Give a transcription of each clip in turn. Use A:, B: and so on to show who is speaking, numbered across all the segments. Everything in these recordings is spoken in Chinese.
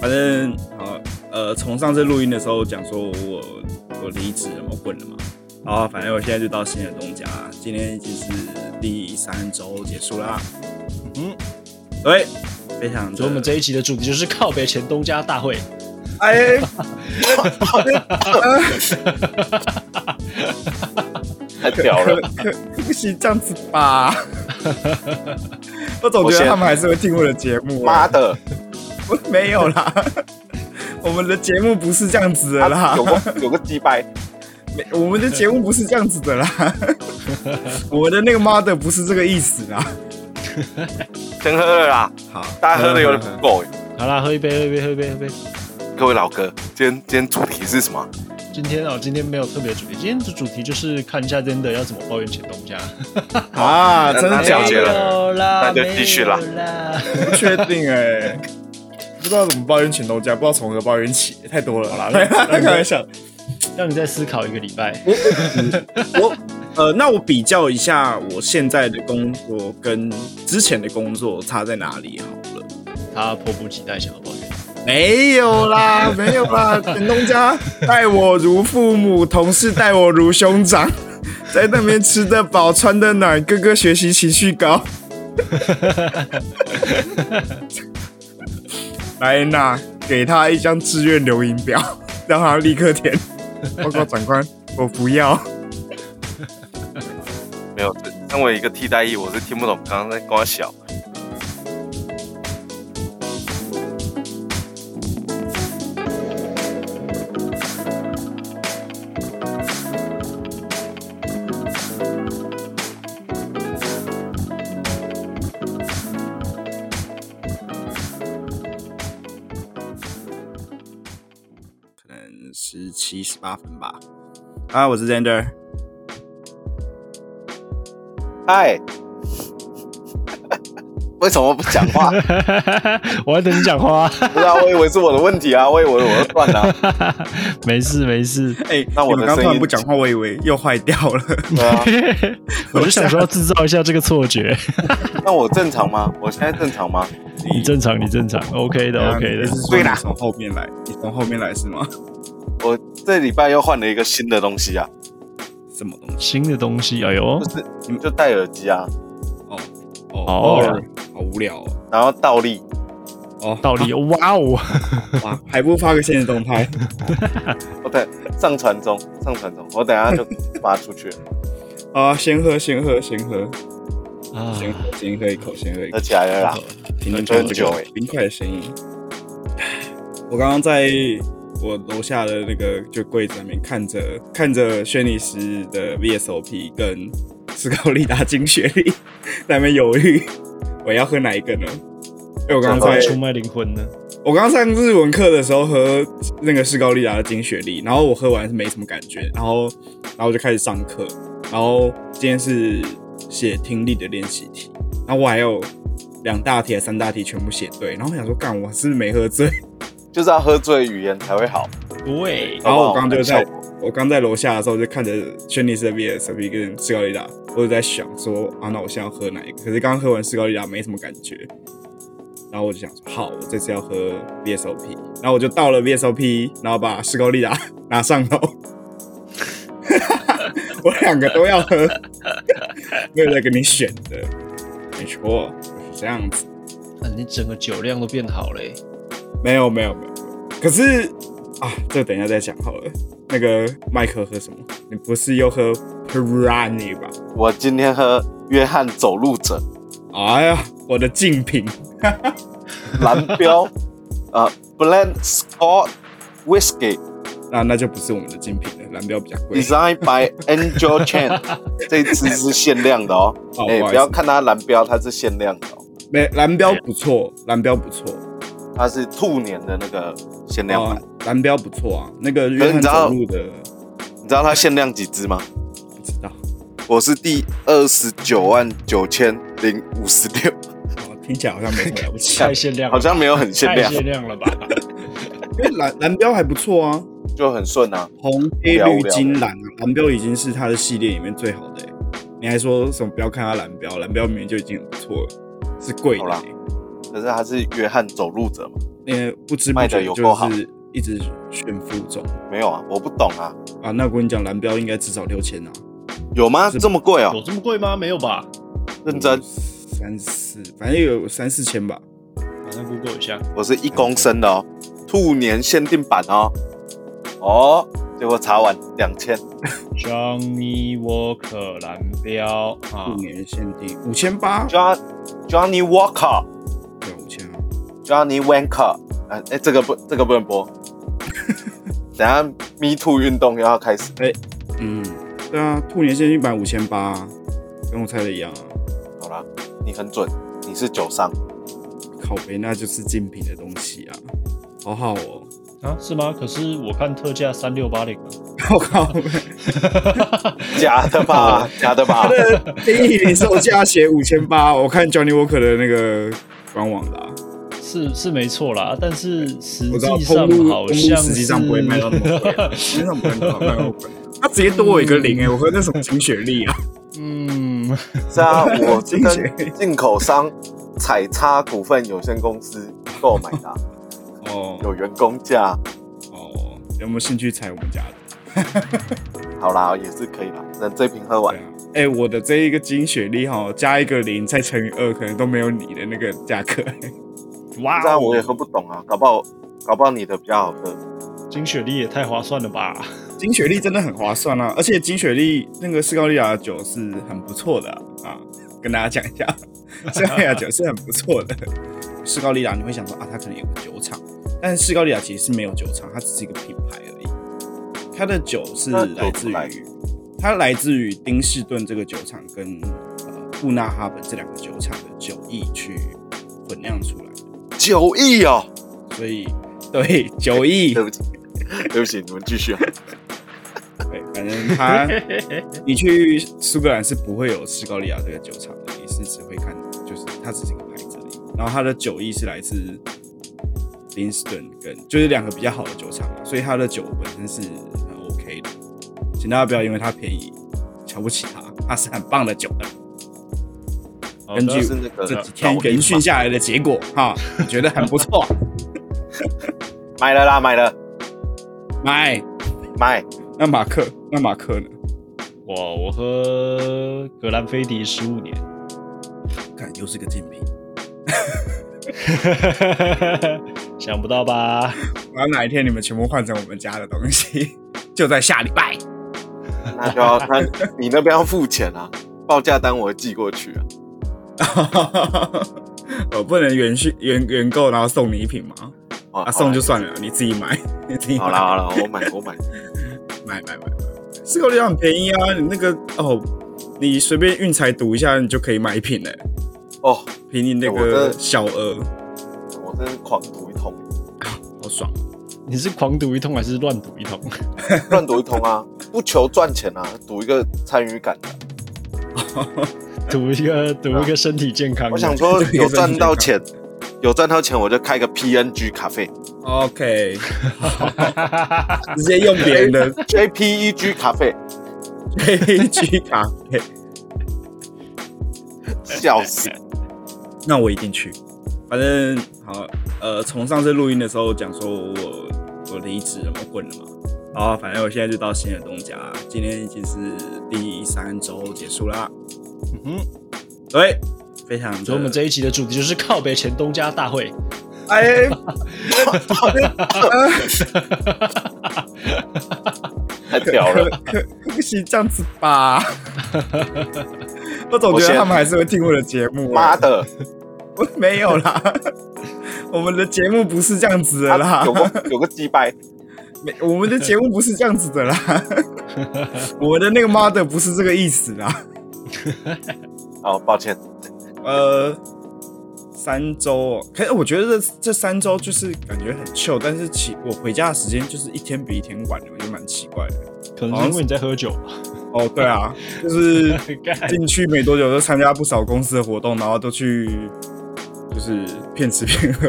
A: 反正好，呃，从上次录音的时候讲说我我离职了嘛，我滚了嘛，然后反正我现在就到新的东家，今天已经是第三周结束啦。
B: 嗯，
A: 对，非常
B: 所以我们
A: 的
B: 这一期的主题就是靠北前东家大会。
A: 哎，
C: 太屌
A: 可
C: 了！
A: 可不行这样子 吧。我总觉得他们还是会听我的节目、
C: 妈的，
A: 我 没有啦，我们的节目不是这样子的啦
C: 他，
B: 啊
C: 有个有个鸡掰，
A: 没 我们的节目不是这样子的啦， 我的那个 mother 不是这个意思啦。
C: 真喝了啦！
A: 好，
C: 大家喝的有点不够欸。
B: 好啦，喝一杯，喝一杯，喝一杯，喝一杯。
C: 各位老哥，今天今天主题是什么？
B: 今天哦，今天没有特别的主题，今天的主题就是看一下真的要怎么抱怨前东家。
A: 啊，真的
C: 那
A: 假
C: 了解
A: 的？
B: 有啦
C: 那就继续 啦
B: 没有啦。
A: 不确定哎、不知道怎么抱怨全东家，不知道从何抱怨起，太多了。好 啦，开玩笑。
B: 让你再思考一个礼拜。
A: 我呃，那我比较一下我现在的工作跟之前的工作差在哪里啊好了。
B: 他迫不及待想要抱怨。
A: 没有啦，没有吧？前东家待我如父母，同事待我如兄长，在那边吃得饱，穿得暖，哥哥学习情绪高。莱恩娜，给他一张志愿留影表，让他立刻填。报告长官，我不要。
C: 没有，这身为一个替代役，我是听不懂刚刚在跟我小。
A: 可能十七、十八分吧。啊，我是 Zander，
C: 嗨， 为什么不讲话？
B: 我还等你讲话、
C: 不知道，我以为是我的问题啊，我以为我的断 了。
B: 没事没事，
A: 哎、
C: 那我
A: 你
C: 的
A: 们刚
C: 声音
A: 突然不讲话，我以为又坏掉了。
C: 对啊，
B: 我就想说要制造一下这个错 觉。
C: 那我正常吗？我现在正常吗？
B: 你正常，你正常，OK 的，OK 的
A: 是。说
C: 对
A: 你
C: 啦
A: 从后面来，你从后面来是吗？
C: 我这礼拜又换了一个新的东西啊，
A: 什么东西？
B: 新的东西，哎呦，
C: 就是你们就戴耳机啊，
A: 哦
B: 哦
A: 好无聊哦。
C: 然后倒立，
A: 哦，
B: 道理，哇哦，
A: 哇，还不发个现实动态？
C: 我等上传中，上传中，我等一下就发出去了，
A: 啊，先喝，先喝，先喝，
B: 啊，
A: 先喝，先喝一口，先喝一口
C: 合。起来了啦。
A: 听
C: 很
A: 很
C: 久
A: 久
C: 很久欸
A: 冰块的声音。我刚刚在我楼下的那个就柜子那边看着看着轩尼诗的 VSOP 跟斯高利达金雪莉 在那边犹豫，我要喝哪一个呢？因为我刚刚
B: 怎么
A: 在
B: 出卖灵魂呢？
A: 我刚刚上日文课的时候喝那个士高利达的金雪莉，然后我喝完是没什么感觉，然后然后我就开始上课，然后今天是写听力的练习题，然后我还有两大题、三大题全部写对，然后我想说干我是不是没喝醉，
C: 就是要喝醉语言才会好。
B: 对，
A: 然后我刚刚就
C: 效
A: 在
C: 果
A: 我刚在楼下的时候就看着轩尼诗的 VSP 跟士高利达，我就在想说啊那我现在要喝哪一个？可是刚刚喝完士高利达没什么感觉，然后我就想说，好，我这次要喝 VSOP，然后我就倒了 VSOP，然后把士高利达 拿上楼，我两个都要喝， 没有在跟你选的，没错，就是这样子，
B: 啊你整个酒量都变好欸嘞，
A: 没有没有没有，可是啊，这个等一下再讲好了。那个麦克喝什么？你不是又喝 Pirani 吧？
C: 我今天喝约翰走路者
A: 哎呀，我的竞品，
C: 蓝标， 呃，Blend Scott Whisky
A: 那那就不是我们的竞品了，蓝标比较贵。
C: Designed by Angel Chen，这一支是限量的哦。
A: 哦，
C: 哎、
A: 不好
C: 不
A: 意
C: 要
A: 思，
C: 看它蓝标，它是限量的、哦，
A: 没蓝标不错，蓝标不错。
C: 它是兔年的那个限量版。
A: 哦，蓝标不错啊，那个
C: 可
A: 约
C: 是你
A: 翰
C: 知道
A: 走路的
C: 你知道它限量几支吗？
A: 不知道，
C: 我是第二十九万九千零五十 六，
A: 哦，听起来好像没什么了不起。
B: 太限量了，
C: 好像没有很限
B: 太
C: 量，
B: 限 量了吧？
A: 因为蓝蓝标还不错啊，
C: 就很顺啊。
A: 红黑
C: 无聊无
A: 绿
C: 聊
A: 金蓝，啊蓝标已经是它的系列里面最好的欸、你还说什么不要看它蓝标，蓝标明明就已经很不错了，是贵的
C: 好
A: 欸、
C: 啦可是他是约翰走路者嘛？
A: 因为不知不
C: 卖得
A: 觉
C: 有
A: 就
C: 够好
A: 是一直炫富中
C: 没有啊，我不懂啊，
A: 啊。那我跟你讲，蓝标应该至少六千啊，
C: 有吗？
A: 是
C: 这么贵哦？
B: 有这么贵吗？没有吧？
C: 认真，
A: 三四，反正有三四千吧。
B: 马上 Google 一下。
C: 我是一公升的哦，兔年限定版哦。哦，结果查完两千，
B: Johnny Walker 蓝标啊
A: 五，年限定五千八，
C: John Johnny Walker。
A: 对，五千啊。
C: Johnny Wanker，哎、哎，这个不，这个不能播。 等一下 Me Too 运动又要开始
A: 嗯，对啊，兔年限定版五千八，啊跟我猜的一样啊。
C: 好啦，你很准，你是酒商，
A: 烤焙那就是竞品的东西啊，好好哦。
B: 啊，是吗？可是我看特价三六八零啊
A: 我靠，
C: 假的吧？假的吧
A: 他？的第一零售价写五千八， 我看 Johnny Walker 的那个官网啊啦、
B: 是是没错啦，但是实
A: 我知道
B: 际
A: 通
B: 上
A: 路通
B: 好
A: 路
B: 像
A: 实际上不会卖到那么贵、啊，实际上不会卖到那么贵。他直接多我一个零哎、我喝那什么金雪莉啊？
B: 嗯，
C: 是啊，我是
A: 进去
C: 跟进口商采差股份有限公司购买的啊，
A: 哦
C: 有员工价。
A: 哦，有没有兴趣踩我们家的？
C: 好啦，也是可以啦，等这瓶喝完
A: 对。啊，哎、我的这一个金雪莉哈，加一个零再乘以二，可能都没有你的那个价格、
B: 哇
C: 这样我也
B: 哦，
C: 喝不懂啊，搞不好搞不好你的比较好喝。
B: 金雪莉也太划算了吧？
A: 金雪莉真的很划算啊，而且金雪莉那个斯高利亚的酒是很不错的啊啊跟大家讲一下， 斯高利亚酒是很不错的。斯高利亚你会想说啊，它可能有个酒厂，但是斯高利亚其实是没有酒厂，它只是一个品牌而已。它的酒是
C: 那酒
A: 来自于
C: 来
A: 它来自于丁士顿这个酒厂跟呃布纳哈本这两个酒厂的酒意去混酿出来的，
C: 九亿哦，
A: 所以对酒意
C: 对不起， 对不起，你们 继续啊。
A: 对，反正它。你去苏格兰是不会有斯高利亚这个酒厂的，你是只会看，就是它只是一个牌子而已。然后它的酒意是来自林斯顿跟就是两个比较好的酒厂啊，所以它的酒本身是很 OK 的。请大家不要因为它便宜瞧不起它，它是很棒的酒的。
B: 好
A: 根据
C: 是那个
A: 这几天研讯下来的结果哈，我觉得很不错，
C: 买了啦，买了，
A: 买。
C: 买。
A: 那马克，那马克呢？
B: 哇，我喝格兰菲迪十五年，
A: 看又是个竞品，
B: 想不到吧？
A: 然后哪一天你们全部换成我们家的东西，就在下礼拜。
C: 那就要那你那边要付钱啊，报价单我会寄过去啊。
A: 我哦不能原续原原购，然后送你一瓶吗？
C: 哦
A: 啊，送就算了，你自己买， 你自己买
C: 好啦好啦，我买我买。
A: 买买买，四个六很便宜啊！你那个哦，你随便运财赌一下，你就可以买一瓶嘞，
C: 哦，
A: 凭你那
C: 哎我真
A: 个
C: 的
A: 小额，
C: 我真是狂赌一通，
A: 好 爽。
B: 你是狂赌一通还是乱赌一通？
C: 乱赌一通啊，不求赚钱啊，赌一个参与感的。
B: 赌一个赌一个身体健康的。
C: 我想 说有赚到钱，有赚到钱我就开个 PNG 咖啡
A: 哦 OK，直接用别人的
C: ，JPEG E 咖啡，
A: JPG 卡配，
C: 笑死。
A: 那我一定去。反正好，呃，从上次录音的时候讲说我我离职了嘛，我滚了嘛。然后反正我现在就到新的东家，今天已经是第三周结束啦。
B: 嗯哼，
A: 对，非常
B: 所以我们
A: 的
B: 这一期的主题就是靠北前东家 大会。
A: 哎，
C: 太屌 了！
A: 可可不行这样子吧。 我总觉得他们还是会听我的节目、
C: 妈，的，
A: 我 没有啦，我们的节目不是这样子的啦。
C: 啊有个 有个鸡掰，
A: 没，我们的节目不是这样子的啦，我们的那个 model 不是这个意思啦。
C: 哦，抱歉，
A: 呃，三周哦，可是我觉得这这三周就是感觉很 chill，但是其我回家的时间就是一天比一天晚，我就蛮奇怪的。
B: 可能是因为你在喝酒吧。
A: 哦，对啊，就是
B: 干
A: 进去没多久就参加不少公司的活动，然后都去就是骗吃骗喝。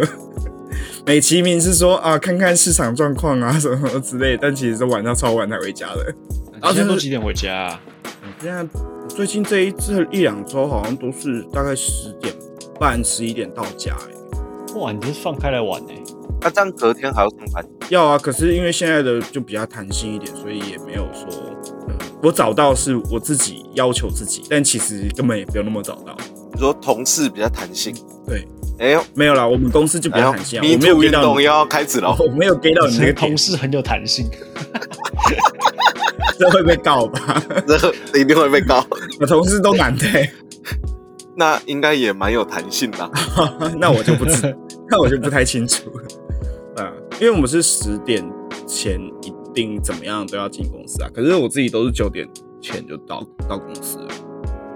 A: 美其名是说啊，看看市场状况啊什么之类，但其实都晚上超晚才回家的。
B: 你现在都几点回家、啊？
A: 现在嗯最近这一这一两周好像都是大概十点半、十一点到家、欸，
B: 哇，你这是放开来玩哎、
D: 那、这样隔天还要上班？
A: 要啊，可是因为现在的就比较弹性一点，所以也没有说，呃我找到是我自己要求自己，但其实根本也没有那么找到。
C: 你说同事比较弹性，
A: 对，
C: 哎呦，哎
A: 没有啦，我们公司就比
C: 然
A: 较
C: 后
A: 弹性、啊，
C: 迷
A: 我没有
C: 途
A: get
C: 运
A: 到
C: 动
A: 你
C: 又要开始 了，
A: 我没有 get 到啊你那个点
B: 同，事很有弹性，
A: 这 会被告吧？
C: 这个一定会被告。
A: 我同事都男的、欸
C: 那应该也蛮有弹性的啊，
A: 那我就不知，那我就不太清楚了。啊，因为我们是十点前一定怎么样都要进公司啊，可是我自己都是九点前就到到公司了。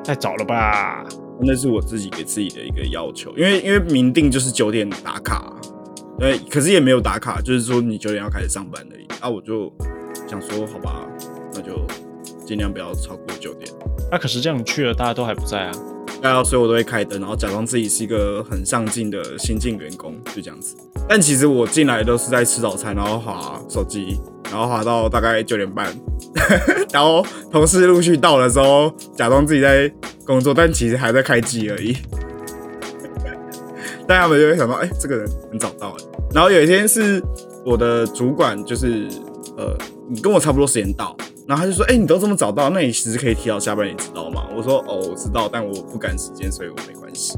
B: 太早了吧？
A: 那是我自己给自己的一个要求，因为因为明定就是九点打卡、啊对，可是也没有打卡，就是说你九点要开始上班而已。啊，我就想说，好吧，那就尽量不要超过九点。
B: 那、啊可是这样去了，大家都还不在啊。
A: 然后所以我都会开灯，然后假装自己是一个很上进的新进员工，就这样子。但其实我进来都是在吃早餐，然后划手机，然后划到大概九点半， 然后同事陆续到了之后，假装自己在工作，但其实还在开机而已。 但他们就会想到，哎、这个人很早到哎。然后有一天是我的主管，就是呃，你跟我差不多时间到，然后他就说，哎、你都这么早到，那你其实可以提早下班，你知道吗？我说，哦，我知道，但我不赶时间，所以我没关系。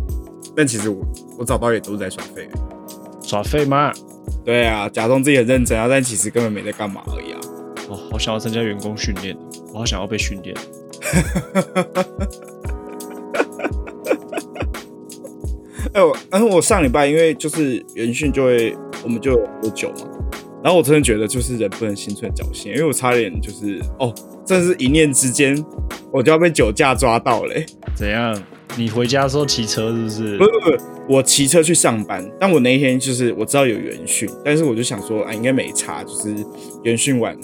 A: 但其实我我早到也都是在耍废而已。
B: 耍废吗？
A: 对啊，假装自己很认真啊，但其实根本没在干嘛而已啊。
B: 哦，好想要参加员工训练，我好想要被训练。
A: 哎、我，然后我上礼拜因为就是元训就会，我们就有喝酒嘛，然后我真的觉得就是人不能心存侥幸，因为我差点就是哦，真的是一念之间我就要被酒驾抓到嘞、
B: 怎样？你回家的时候骑车是不是？
A: 不是不是，我骑车去上班，但我那一天就是我知道有元训，但是我就想说啊，应该没差，就是元训完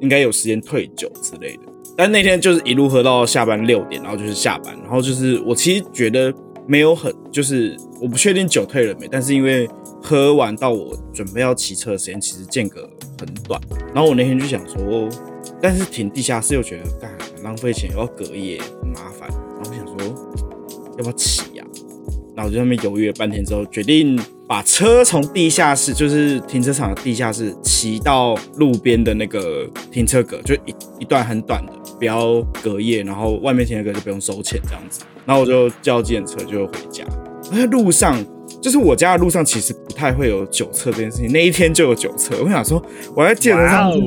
A: 应该有时间退酒之类的。但那天就是一路喝到下班六点，然后就是下班，然后就是我其实觉得没有很，就是我不确定酒退了没，但是因为喝完到我准备要骑车的时间其实间隔很短，然后我那天就想说，但是停地下室又觉得干很浪费钱，又要隔夜很麻烦，然后我想说要不要骑呀、然后我就在那边犹豫了半天之后，决定把车从地下室，就是停车场的地下室，骑到路边的那个停车格，就一一段很短的，不要隔夜，然后外面停车格就不用收钱这样子。然后我就叫计程车就回家。那路上，就是我家的路上其实不太会有酒测这件事情，那一天就有酒测。我想说，我在计程车
B: 哇
A: 上
B: 哦，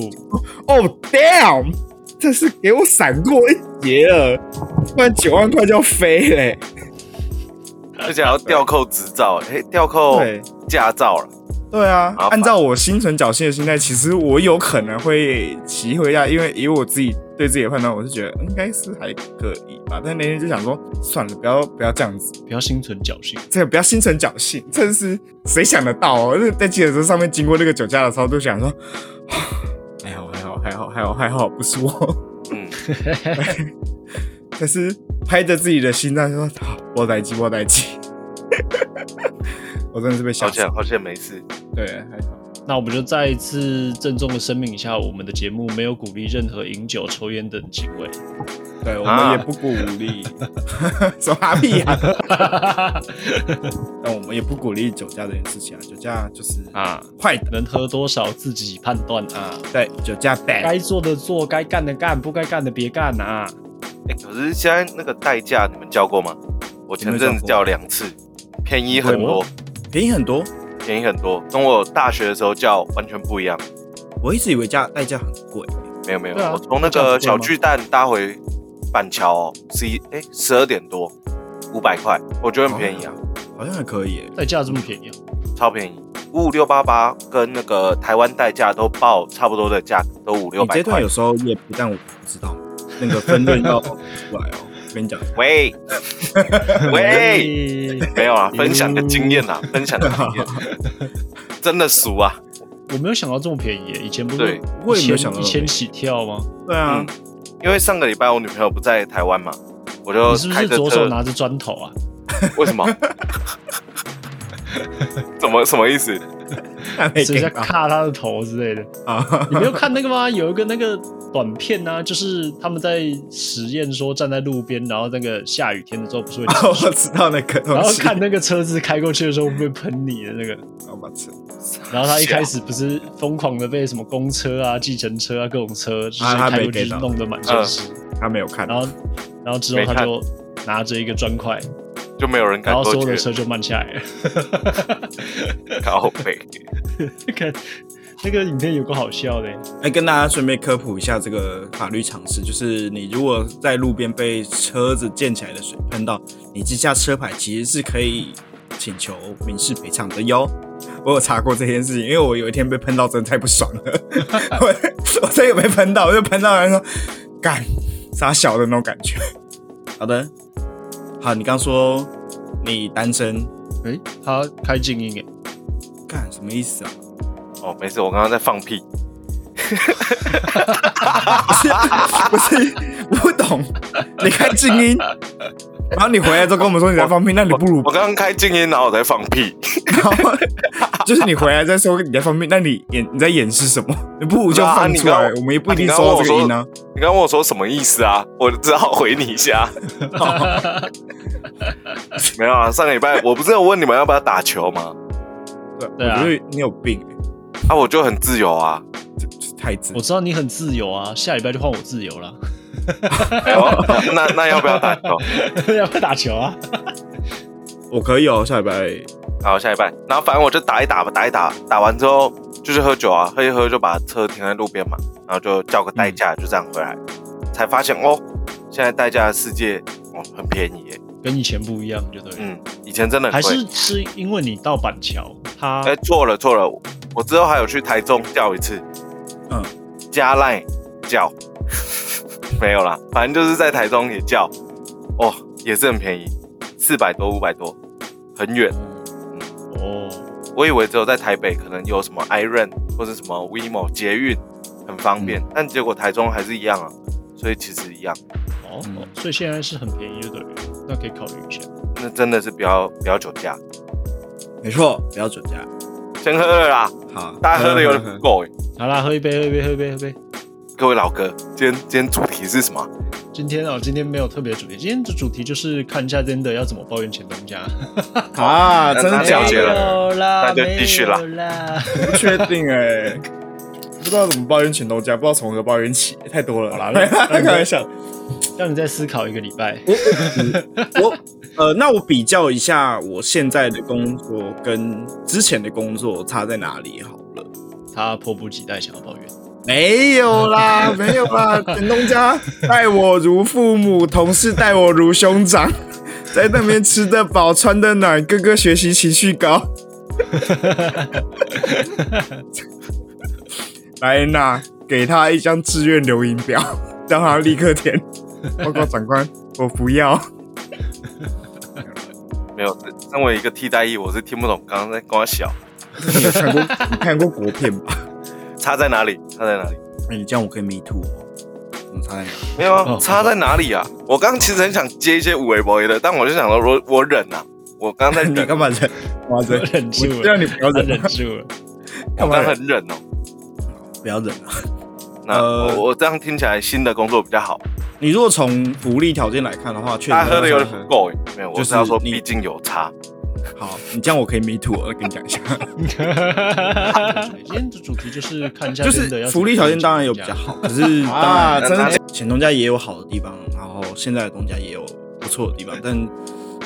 A: 哦、damn，这是给我闪过一劫了，不然九万块就要飞嘞、
C: 而且还要吊扣执照，哎，吊扣
A: 对
C: 驾照了，
A: 对啊，
C: 麻烦
A: 按照我心存侥幸的心态，其实我有可能会骑回家，因为以我自己对自己的判断，我是觉得应该是还可以吧。但那天就想说，算了，不要不要这样子，
B: 不要心存侥幸。
A: 这个不要心存侥幸，真是谁想得到哦？就是在计程车上面经过那个酒驾的时候，都想说， 还好还好还好还好还好，不是我。
C: 嗯，
A: 可是拍着自己的心脏说，啊我来记我来记， 我真的是被吓
C: 好
A: 死了
C: 险。好险没事，
A: 对，还好。
B: 那我们就再一次郑重的声明一下，我们的节目没有鼓励任何饮酒、抽烟等行为。
A: 对，我
C: 啊
A: 们也不鼓励， 什么屁呀、但我们也不鼓励酒驾这件事情啊，酒驾就是
B: 啊，
A: 坏的，
B: 能喝多少自己判断啊，
A: 对，酒驾 bad。
B: 该做的做，该干的干，不该干的别干啊。
C: 哎，可是现在那个代驾你们叫过吗？我前阵子叫两次，便宜很多
B: 哦，
A: 便宜很多。
C: 便宜很多，跟我大学的时候叫完全不一样。
A: 我一直以为驾代驾很贵，
C: 没有没有，
B: 对啊
C: 我从那
B: 这样
C: 个
B: 子贵吗
C: 小巨蛋搭回板桥十一哎十二点多，五百块，我觉得很便宜啊，
B: 哦
A: 好像还可以耶。
B: 代驾这么便宜、啊，
C: 超便宜。五五六八八跟那个台湾代驾都报差不多的价格，都五六
A: 你
C: 百
A: 这段
C: 块
A: 有。时候也不但我不知道，那个分论要出来哦。跟你讲，
C: 喂 喂，
B: 喂，
C: 没有啊，分享的经验
B: 嗯
C: 啊，分享的经 验，真的熟啊，
B: 我没有想到这么便宜耶，欸以前不
C: 对
B: 是
A: 我也没有
B: 一
A: 想到
B: 千一千起跳吗？
A: 对
B: 嗯
A: 啊，
C: 因为上个礼拜我女朋友不在台湾嘛，我就
B: 你是不
C: 开
B: 是
C: 着
B: 左手
C: 车，
B: 拿着砖头啊？
C: 为什么？怎么什么意思？
A: 还没
B: 所以
A: 给
B: 在
A: 到
B: 卡他的头之类的。
A: 啊，
B: 你没有看那个吗？有一个那个短片啊，就是他们在实验说站在路边，然后那个下雨天的时候 不是会
A: 哦，
B: 积水
A: 我知道那个
B: 然
A: 东
B: 后
A: 西。
B: 看那个车子开过去的时候会不会喷你的那 个。
A: 哦，我操
B: 然后他一开始不是疯狂的被什么公车啊、计程车啊各种车，就是
A: 啊他
B: 开
A: 没嗯
B: 过去
A: get 到
B: 弄得满身是。
A: 他没有看。
B: 然后，然后之后
D: 没
B: 他
D: 看
B: 就拿着一个砖块，
D: 就没有人敢
B: 然后
D: 多
B: 所有的
D: 觉
B: 车就慢下来了。
D: 得靠背。
B: 那个那个影片有个好笑的，
A: 哎，跟大家顺便科普一下这个法律常识，就是你如果在路边被车子溅起来的水喷到，你记下车牌其实是可以请求民事赔偿的哟。我有查过这件事情，因为我有一天被喷到，真的太不爽了。我我真有被喷到，我就喷到人说干傻小的那种感觉。好的，好，你刚说你单身，
B: 诶，他开静音诶，
A: 干什么意思啊？
C: 哦，没事，我刚刚在放屁。
A: 不是不是，我不懂。你开静音，然后你回来之后跟我们说你在放屁，那你不如
C: 我刚刚开静音，然后我在放屁。
A: 就是你回来再说你在放屁，那你演你在掩饰什么？你不如就放出
C: 啊
A: 来
C: 你，刚
A: 我们也不一定收到这个音啊呢。
C: 你刚刚问我说什么意思啊？我只好回你一下。 没有啊，上个礼拜我不是有问你们要不要打球吗？
B: 对啊
A: 我觉得你有病，
C: 啊，我就很自由啊。
A: 这这太自
B: 我知道你很自由啊，下礼拜就换我自由了，
C: 哎呦 那那要不要打球？
B: 要不要打球啊？
A: 我可以哦，下礼拜
C: 好，下一半。然后反正我就打一打吧，打一打，打完之后就是喝酒啊，喝一喝就把车停在路边嘛，然后就叫个代驾，就这样回来，才发现哦，现在代驾的世界哦很便宜耶，
B: 跟以前不一样，就对了。
C: 嗯，以前真的
B: 还
C: 很贵
B: 是。是因为你到板桥，他
C: 哎，错了错了，我之后还有去台中叫一次，
A: 嗯，
C: 加赖叫，没有啦，反正就是在台中也叫，哦，也是很便宜，四百多五百多，很远。
A: 呃
B: 哦，
C: 我以为只有在台北可能有什么 Iron 或者什么 WeMo 捷运很方便，但结果台中还是一样啊，所以其实一样，
B: 哦
A: 嗯，
B: 所以现在是很便宜，就对了，那可以考虑一下。
C: 那真的是不要不要酒驾，
A: 没错，不要准假。
C: 先喝了啦，
A: 好，
C: 大家喝的
A: 嗯
C: 有点不够、欸。
B: 好啦，喝一杯，喝一杯，喝一杯，喝一杯。
C: 各位老哥，今天今天主题是什么？
B: 今天啊，今天没有特别的主题，今天的主题就是看一下真的要怎么抱怨前东家。
A: 啊，真
C: 那
A: 的
C: 这
A: 假
C: 样了解
A: 的？
B: 没有啦，
C: 那就继续啦
B: 没有啦。
A: 不确定哎， 不知道怎么抱怨全都加，不知道从何抱怨起，太多了。
B: 好啦那
A: 开玩笑。
B: 让你再思考一个礼拜。
A: 我呃，那我比较一下我现在的工作跟之前的工作差在哪里好了。
B: 他迫不及待想要抱怨。
A: 没有啦，没有啦，陈东家待我如父母，同事待我如兄长，在那边吃得饱，穿得暖，哥哥学习情绪高。莱娜给他一张志愿留影表，让他立刻填。报告长官，我不要。
C: 没有，身为一个替代役，我是听不懂刚刚在跟我小
A: 你有看过你看过国片吧？
C: 差在哪里，差在哪里？
A: 那、你这样我可以迷途哦。怎么差在哪？
C: 没有啊
B: 哦，
C: 差在哪里啊？我刚刚其实很想接一些五维博的，但我就想说我我忍啊，我刚刚在
A: 你
C: 忍，
A: 干嘛忍？干嘛
B: 我
A: 忍？
B: 忍住
A: 我
B: 了，
A: 让你不要
B: 他
A: 忍，
B: 忍住了。
A: 干
C: 我
A: 嘛
C: 刚刚
A: 忍？
C: 很忍哦。
A: 不要忍啊！
C: 那
A: 呃
C: 我我这样听起来新的工作比较好。
A: 你如果从福利条件来看的话，确实
C: 大家喝的有点不够欸，没有，
A: 就
C: 我
A: 是
C: 是要说，
A: 你
C: 毕竟有差。
A: 好，你这样我可以迷途，哦我再跟你讲一下，
B: 今天的主题就是看一下，
A: 就是福利条件当然有比较。好，可是当
C: 啊
A: 然
C: 真的
A: 前东家也有好的地方，然后现在的东家也有不错的地方，但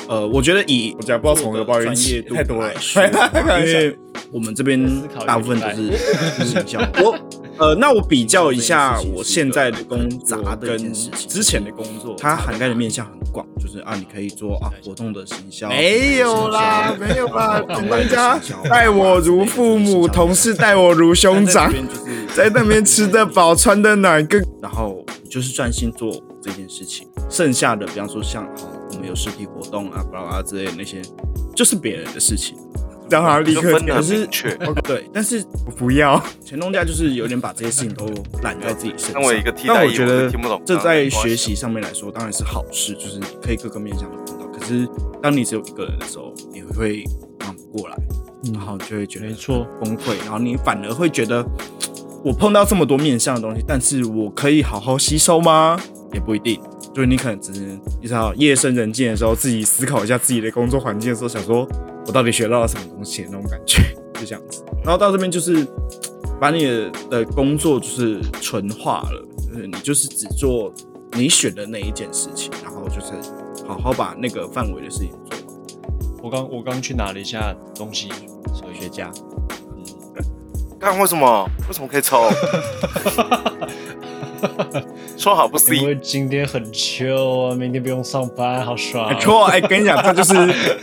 A: 呃，我觉得以我讲不知道从何抱怨起，太多了， 因为我们这边大部分都是营销。我呃，那我比较一下我现在的工作跟之前的工作，它涵盖的面向很广，就是啊，你可以做啊活动的行销，没有啦，没有啦，人家待我如父母，同事待我如兄长，在那边吃得饱，穿得暖，更然后你就是专心做这件事情，剩下的比方说像哦，我们有实体活动啊，巴拉巴拉之类的那些，就是别人的事情。让他立
C: 就
A: 刻
C: 分得
A: 可
C: 很
A: 是哦
C: 明确。
A: 对，但是我不要钱东家就是有点把这些事情都揽在自己身上。
C: 身为一个替
A: 但
C: 代役
A: 我觉
C: 我
A: 得
C: 是听不懂啊
A: 这
C: 刚刚
A: 在
C: 那段
A: 学习上面来说当然是好事，就是你可以各个面向都碰到。可是当你只有一个人的时候，你会忙不过来，然后你就会觉得
B: 没错
A: 崩溃，然后你反而会觉得我碰到这么多面向的东西，但是我可以好好吸收吗？也不一定。就是你可能只是你知道夜深人静的时候，自己思考一下自己的工作环境的时候，想说我到底学到了什么东西那种感觉， 就这样子。然后到这边就是把你的的工作就是纯化了，就是你就是只做你选的那一件事情，然后就是好好把那个范围的事情做完。
B: 我刚我刚去拿了一下东西，所以
A: 学家，嗯
C: 看为什么？为什么可 以抽？说好不
B: 因
C: C，
B: 为今天很 chill 啊，明天不用上班，好爽
A: 没。错，哎、跟你讲，这就是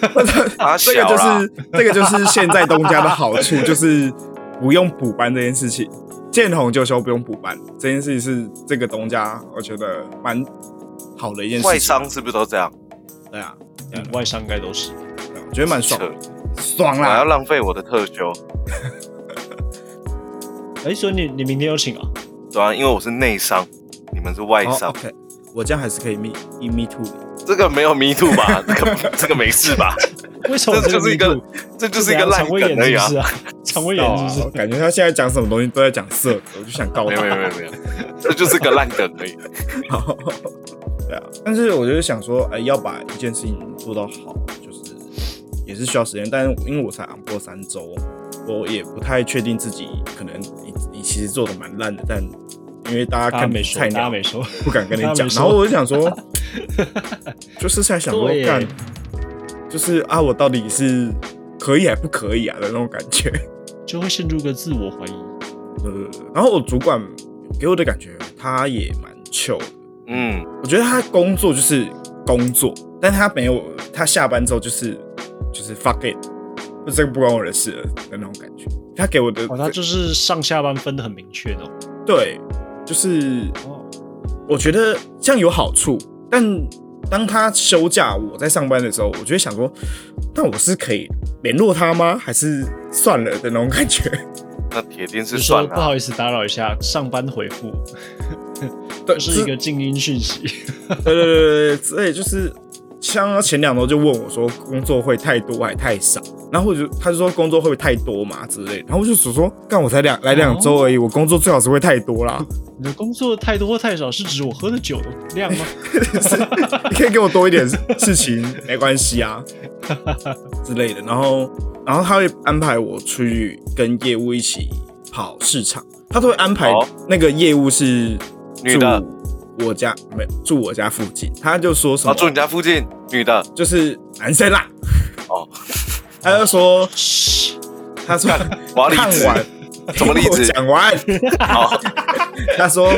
C: 啊
A: 这个
C: 小
A: 就
C: 啦
A: 是这个就是现在东家的好 处，就是不用补班这件事情，见红就收，不用补班这件事情是这个东家我觉得蛮好的一件
C: 外
A: 事情。
C: 商是不是都这样？
A: 对啊，
B: 嗯外商应该都是。
A: 对啊我觉得蛮爽的，
C: 扯
A: 爽
C: 我
A: 啦！
C: 要浪费我的特休，
B: 哎，所以你你明天 要请啊？
C: 对啊，因为我是内伤，你们是外
A: 好
C: 伤，
A: ，OK，我这样还是可以 me me too 的。
C: 这个没有 me too 吧？这个这个没事吧？
B: 为什么
C: 这就是一个
B: 个 me too？
C: 这就是一个烂
B: 肠胃
C: 梗
B: 炎
C: 而已
B: 是
C: 啊
B: 不！ 是啊？肠胃炎是不
A: 啊我
B: 是？
A: 感觉他现在讲什么东西都在讲色，我就想告
C: 没
A: 他
C: 有。没有没有没有， 这就是个烂梗而已。
A: 好， 对啊，但是我就是想说，哎、要把一件事情做到好，就是也是需要时间，但是因为我才昂过三周，我也不太确定自己可能你你其实做的蛮烂的，但因为大家
B: 大家
A: 看
B: 没说，
A: 菜
B: 大家
A: 鸟
B: 没说。
A: 不敢跟你
B: 大家
A: 讲，
B: 没
A: 然
B: 说
A: 后我就想说， 就是在想说
B: 对耶
A: 干，就是啊，我到底是可以还不可以啊的那种感觉。
B: 就会陷入个自我怀疑。
A: 呃，然后我主管给我的感觉，他也蛮 chill 的
C: 嗯，
A: 我觉得他工作就是工作，但他没有他下班之后就是就是 fuck it，就这个不关我的事了的那种感觉。他给我的、
B: 哦，他就是上下班分的很明确哦。
A: 对，就是
B: 哦，
A: 我觉得这样有好处，但当他休假我在上班的时候，我就会想说，那我是可以联络他吗？还是算了的那种感觉？
C: 那铁定
A: 啊
B: 就是说
C: 算
B: 不
C: 了。啊
B: 好意思打扰一下，上班回复，
A: 对，
B: 这是一个静音讯息。
A: 对对对对，所以就是像前两周就问我说工作会太多还太少，然后我就他就说工作会不会太多嘛之类的，然后我就只说干我才两来两周而已，我工作最好是会太多啦，
C: 哦
B: 你的工作太多或太少，是指我喝的酒的量吗？
A: 你可以给我多一点事情没关系啊之类的，然后然后他会安排我出去跟业务一起跑市场，他都会安排
C: 好
A: 那个业务是
C: 女
A: 住
C: 的
A: 我家没住我家附近，他就说什么
C: 啊，住你家附近，女的，
A: 就是男生啦。
C: 哦，
A: 他就说，
B: 嘘，
A: 他说
C: 我要
A: 看
C: 离职 哦
A: 完，
C: 怎么离
A: 听我
C: 职
A: 讲完，
C: 好，
A: 他说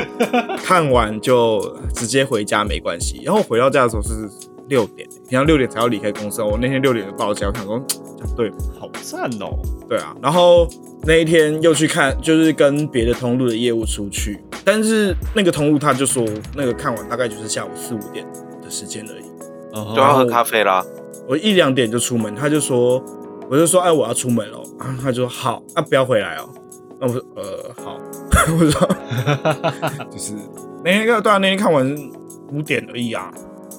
A: 看完就直接回家没关系。然后我回到家的时候是六点，平常六点才要离开公司。我那天六点就到家，我想说，这样对吗
B: 好赞哦！
A: 对啊。然后那一天又去看，就是跟别的通路的业务出去，但是那个通路他就说，那个看完大概就是下午四五点的时间而已。
B: 哦
C: 就要喝咖啡啦。
A: 我一两点就出门，他就说，我就说，哎，我要出门了，啊、他就说好，啊，不要回来哦。那我说，呃，好， 我说，就是那天对啊，那天看完五点而已啊，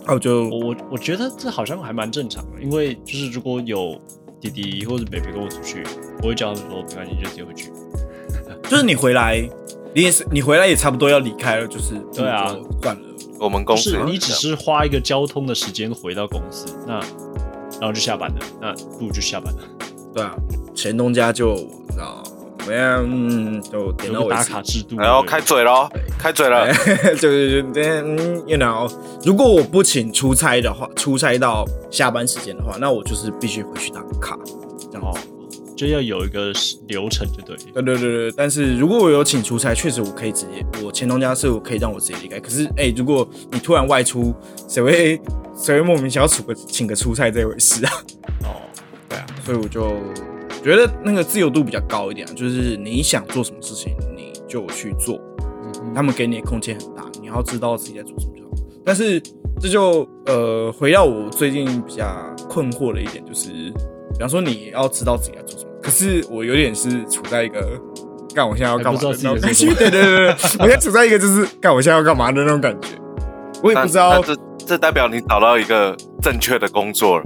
A: 那我就
B: 我我我觉得这好像还蛮正常的，因为就是如果有弟弟或者妹妹跟我出去，我会叫他们说没关系，就直接回去。
A: 就是你回来，你也是你回来也差不多要离开了，就是
B: 对啊，
A: 就算了，
C: 我们公司
B: 是你只是花一个交通的时间回到公司，那然后就下班了，那不如就下班了，
A: 对啊，前东家就你知道，我要嗯，就点到
B: 有个
A: 为
B: 打
A: 止。
B: 卡制度。
C: 然后
B: 对
C: 哎开嘴喽，开嘴
A: 哎
C: 了。
A: 就是就嗯，you know，如果我不请出差的话，出差到下班时间的话，那我就是必须回去打卡，这样
B: 哦
A: 子。，
B: 就要有一个流程，就对了。
A: 对对对对，但是如果我有请出差，确实我可以直接，我前东家是我可以让我直接离开。可是，哎、如果你突然外出，谁会 谁会莫名其妙请个请个出差这回事啊？
B: 哦，
A: 对啊，所以我就觉得那个自由度比较高一点、啊，就是你想做什么事情你就去做，他们给你的空间很大，你要知道自己在做什么就好。但是这就呃，回到我最近比较困惑的一点，就是比方说你要知道自己在做什么，可是我有点是处在一个干我现在要干嘛的那种
B: 还不
A: 感觉，
B: 知道自己在做什么
A: 对对对对，我现在处在一个就是干我现在要干嘛的那种感觉。我也
C: 那
A: 不知道
C: 那这这代表你找到一个正确的工作了，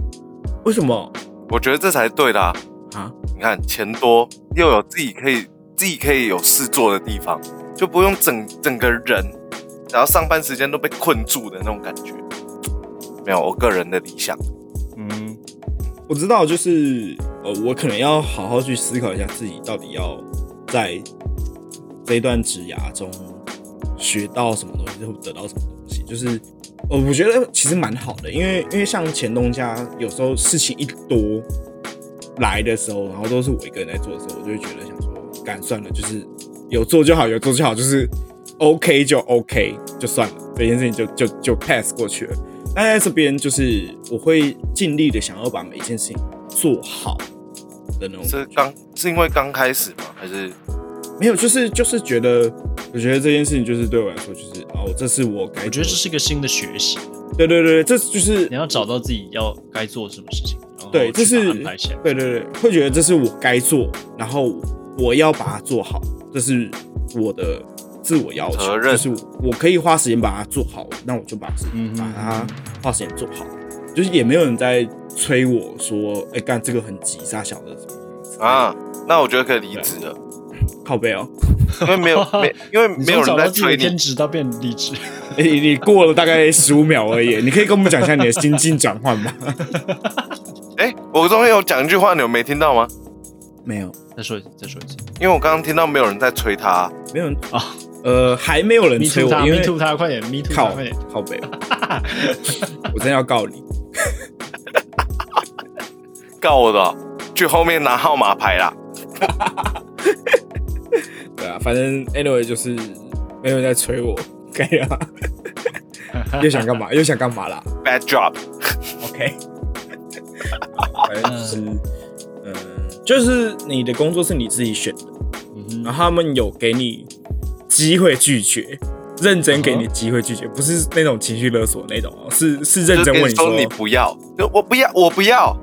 A: 为什么
C: 我觉得这才对的啊。
A: 啊，
C: 你看钱多，又有自己可以自己可以有事做的地方，就不用整整个人，然后上班时间都被困住的那种感觉。没有，我个人的理想，
B: 嗯，
A: 我知道，就是呃，我可能要好好去思考一下自己到底要在这一段职涯中学到什么东西，或得到什么东西。就是呃，我觉得其实蛮好的，因为因为像前东家有时候事情一多来的时候，然后都是我一个人在做的时候，我就会觉得想说，干算了，就是有做就好，有做就好，就是 OK 就 OK 就算了，这件事情就就就 pass 过去了。那在这边就是我会尽力的想要把每一件事情做好的那种
C: 是刚是因为刚开始吗？还是
A: 没有，就是就是觉得，我觉得这件事情就是对我来说就是哦，这是我该做的，
B: 我觉得这是一个新的学习，
A: 对对对，这就是
B: 你要找到自己要该做什么事情，然后
A: 对，这
B: 去把
A: 是
B: 它安排起来。
A: 对对对，会觉得这是我该做，然后我要把它做好，这是我的自我要求，
C: 责任
A: 就是我我可以花时间把它做好，那我就把时
B: 嗯哼
A: 把它花时间做好，就是也没有人在催我说，哎、干这个很急，啥小的什么什么
C: 啊？那我觉得可以离职了，
A: 靠背哦，
C: 因为没 有没因为
B: 你
C: 没有
B: 从找
C: 人在
B: 到自己
C: 催
B: 的
C: 你
B: 天，职到变励志，
A: 你哎你过了大概十五秒而已，你可以跟我们讲一下你的心境转换 吗？
C: 哎、我中间有讲一句话，你有没听到吗？
A: 没有，
B: 再说一次，再说一次。
C: 因为我刚刚听到没有人在催他，
A: 没有人
B: 啊，
A: 呃，还没有人
B: me
A: 催
B: too
A: 我，
B: 他
A: 因为
B: ，me too 他，快点，me too 他，
A: 靠
B: 快点。
A: 靠 北，我真的要告你。
C: 告我的哦，去后面拿号码牌啦。
A: 对啊，反正 anyway 就是没有人在催我，可以啊。 又想干嘛？又想干嘛啦
C: Bad job，
A: ？OK，反正就是，嗯、就是你的工作是你自己选的，
B: 嗯
A: 然
B: 哼，
A: 后他们有给你机会拒绝。认真给你机会拒绝，不是那种情绪勒索那种哦，是是认
C: 就是
A: 真
C: 跟
A: 问
C: 你说你不要，就我不要，我不要，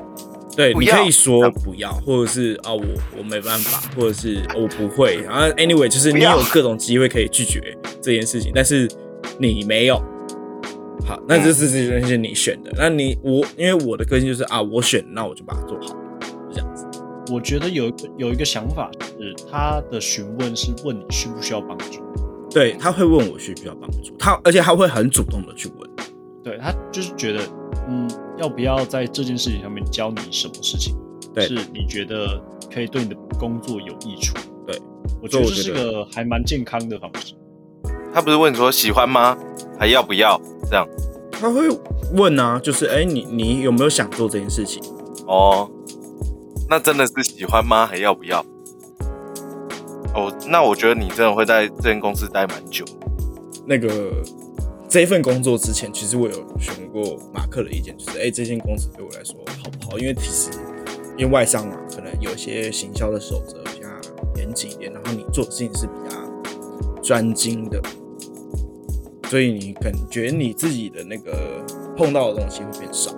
A: 对，
C: 不
A: 你可
C: 要
A: 以
C: 这
A: 说
C: 样
A: 不要，或者是啊我我没办法，或者是啊我不会，然后 anyway 就是
C: 不
A: 你
C: 要
A: 有各种机会可以拒绝这件事情，但是你没有。好，那
C: 嗯
A: 这是这件事你选的，那你我因为我的个性就是啊我选，那我就把它做好，就这样子。
B: 我觉得有一个有一个想法是，他的询问是问你需不需要帮助，
A: 对，他会问我需不需要帮助，他而且他会很主动的去问。
B: 对他就是觉得，嗯，要不要在这件事情上面教你什么事情，
A: 对
B: 是你觉得可以对你的工作有益处，
A: 对，
B: 我觉
A: 所以
B: 得
A: 我
B: 这是
A: 觉得
B: 个还蛮健康的方式。
C: 他不是问你说喜欢吗？还要不要？这样
A: 他会问啊，就是哎、你你有没有想做这件事情？
C: 哦，那真的是喜欢吗？还要不要？哦，那我觉得你真的会在这间公司待蛮久。
A: 那个这份工作之前，其实我有询问过马克的意见，就是哎、这间公司对我来说好不好？因为其实因为外商嘛，可能有些行销的守则比较严谨一点，然后你做的事情是比较专精的，所以你感觉你自己的那个碰到的东西会变少，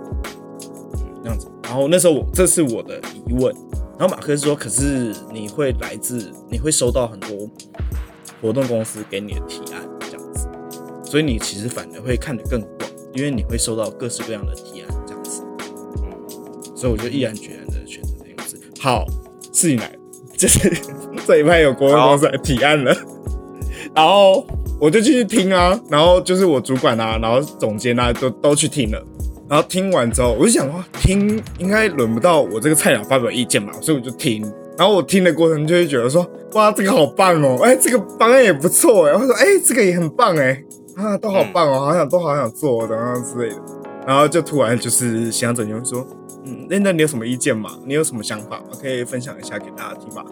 A: 那样子。然后那时候我这是我的疑问，然后马克说，可是你会来自你会收到很多活动公司给你的提案这样子，所以你其实反而会看得更广，因为你会收到各式各样的提案这样子。所以我就毅然决然的选择这个公司。好，事情来了，就是这一派有国关公司来提案了，然后我就继续听啊，然后就是我主管啊，然后总监啊，都都去听了。然后听完之后，我就想哇，听应该轮不到我这个菜鸟发表意见吧，所以我就听。然后我听的过程就会觉得说，哇，这个好棒哦，哎，这个方案也不错哎，我说哎，这个也很棒哎，啊，都
C: 嗯
A: 好棒哦，好想都好想做哦，等等之类的。然后就突然就是想整就会说，嗯，那那你有什么意见吗？你有什么想法吗？可以分享一下给大家听吗？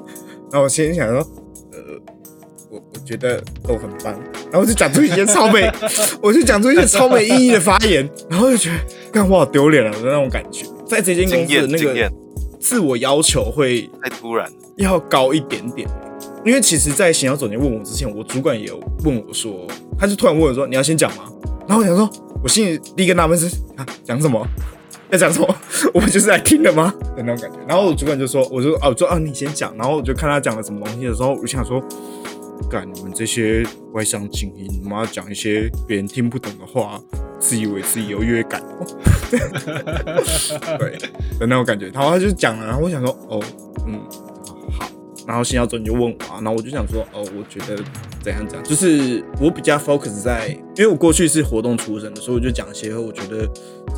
A: 然后我心里想说，呃，我我觉得都很棒，然后我就讲出一些超没， 我就讲出一些超没意义的发言，然后就觉得，干我好丢脸啊的那种感觉，在这间公司
C: 经
A: 的
C: 验
A: 那
C: 经
A: 个
C: 验
A: 自我要求会
C: 太突然了，
A: 要高一点点。因为其实，在行销总监问我之前，我主管也有问我说，他就突然问我说：“你要先讲吗？”然后我想说，我心里第一个纳闷是啊，讲什么？要讲什么？ 我们就是来听的吗？的那种感觉。然后我主管就说：“我就哦，我说啊，你先讲。”然后我就看他讲了什么东西的时候，我就想说，干你们这些外商精英，你们要讲一些别人听不懂的话，自以为自己优越感哦， 对的那种感觉。然后他就讲了，然后我想说，哦，嗯，好，然后新耀准你就问我啊，然后我就想说，哦，我觉得怎样讲，就是我比较 focus 在，因为我过去是活动出身的，所以我就讲一些我觉得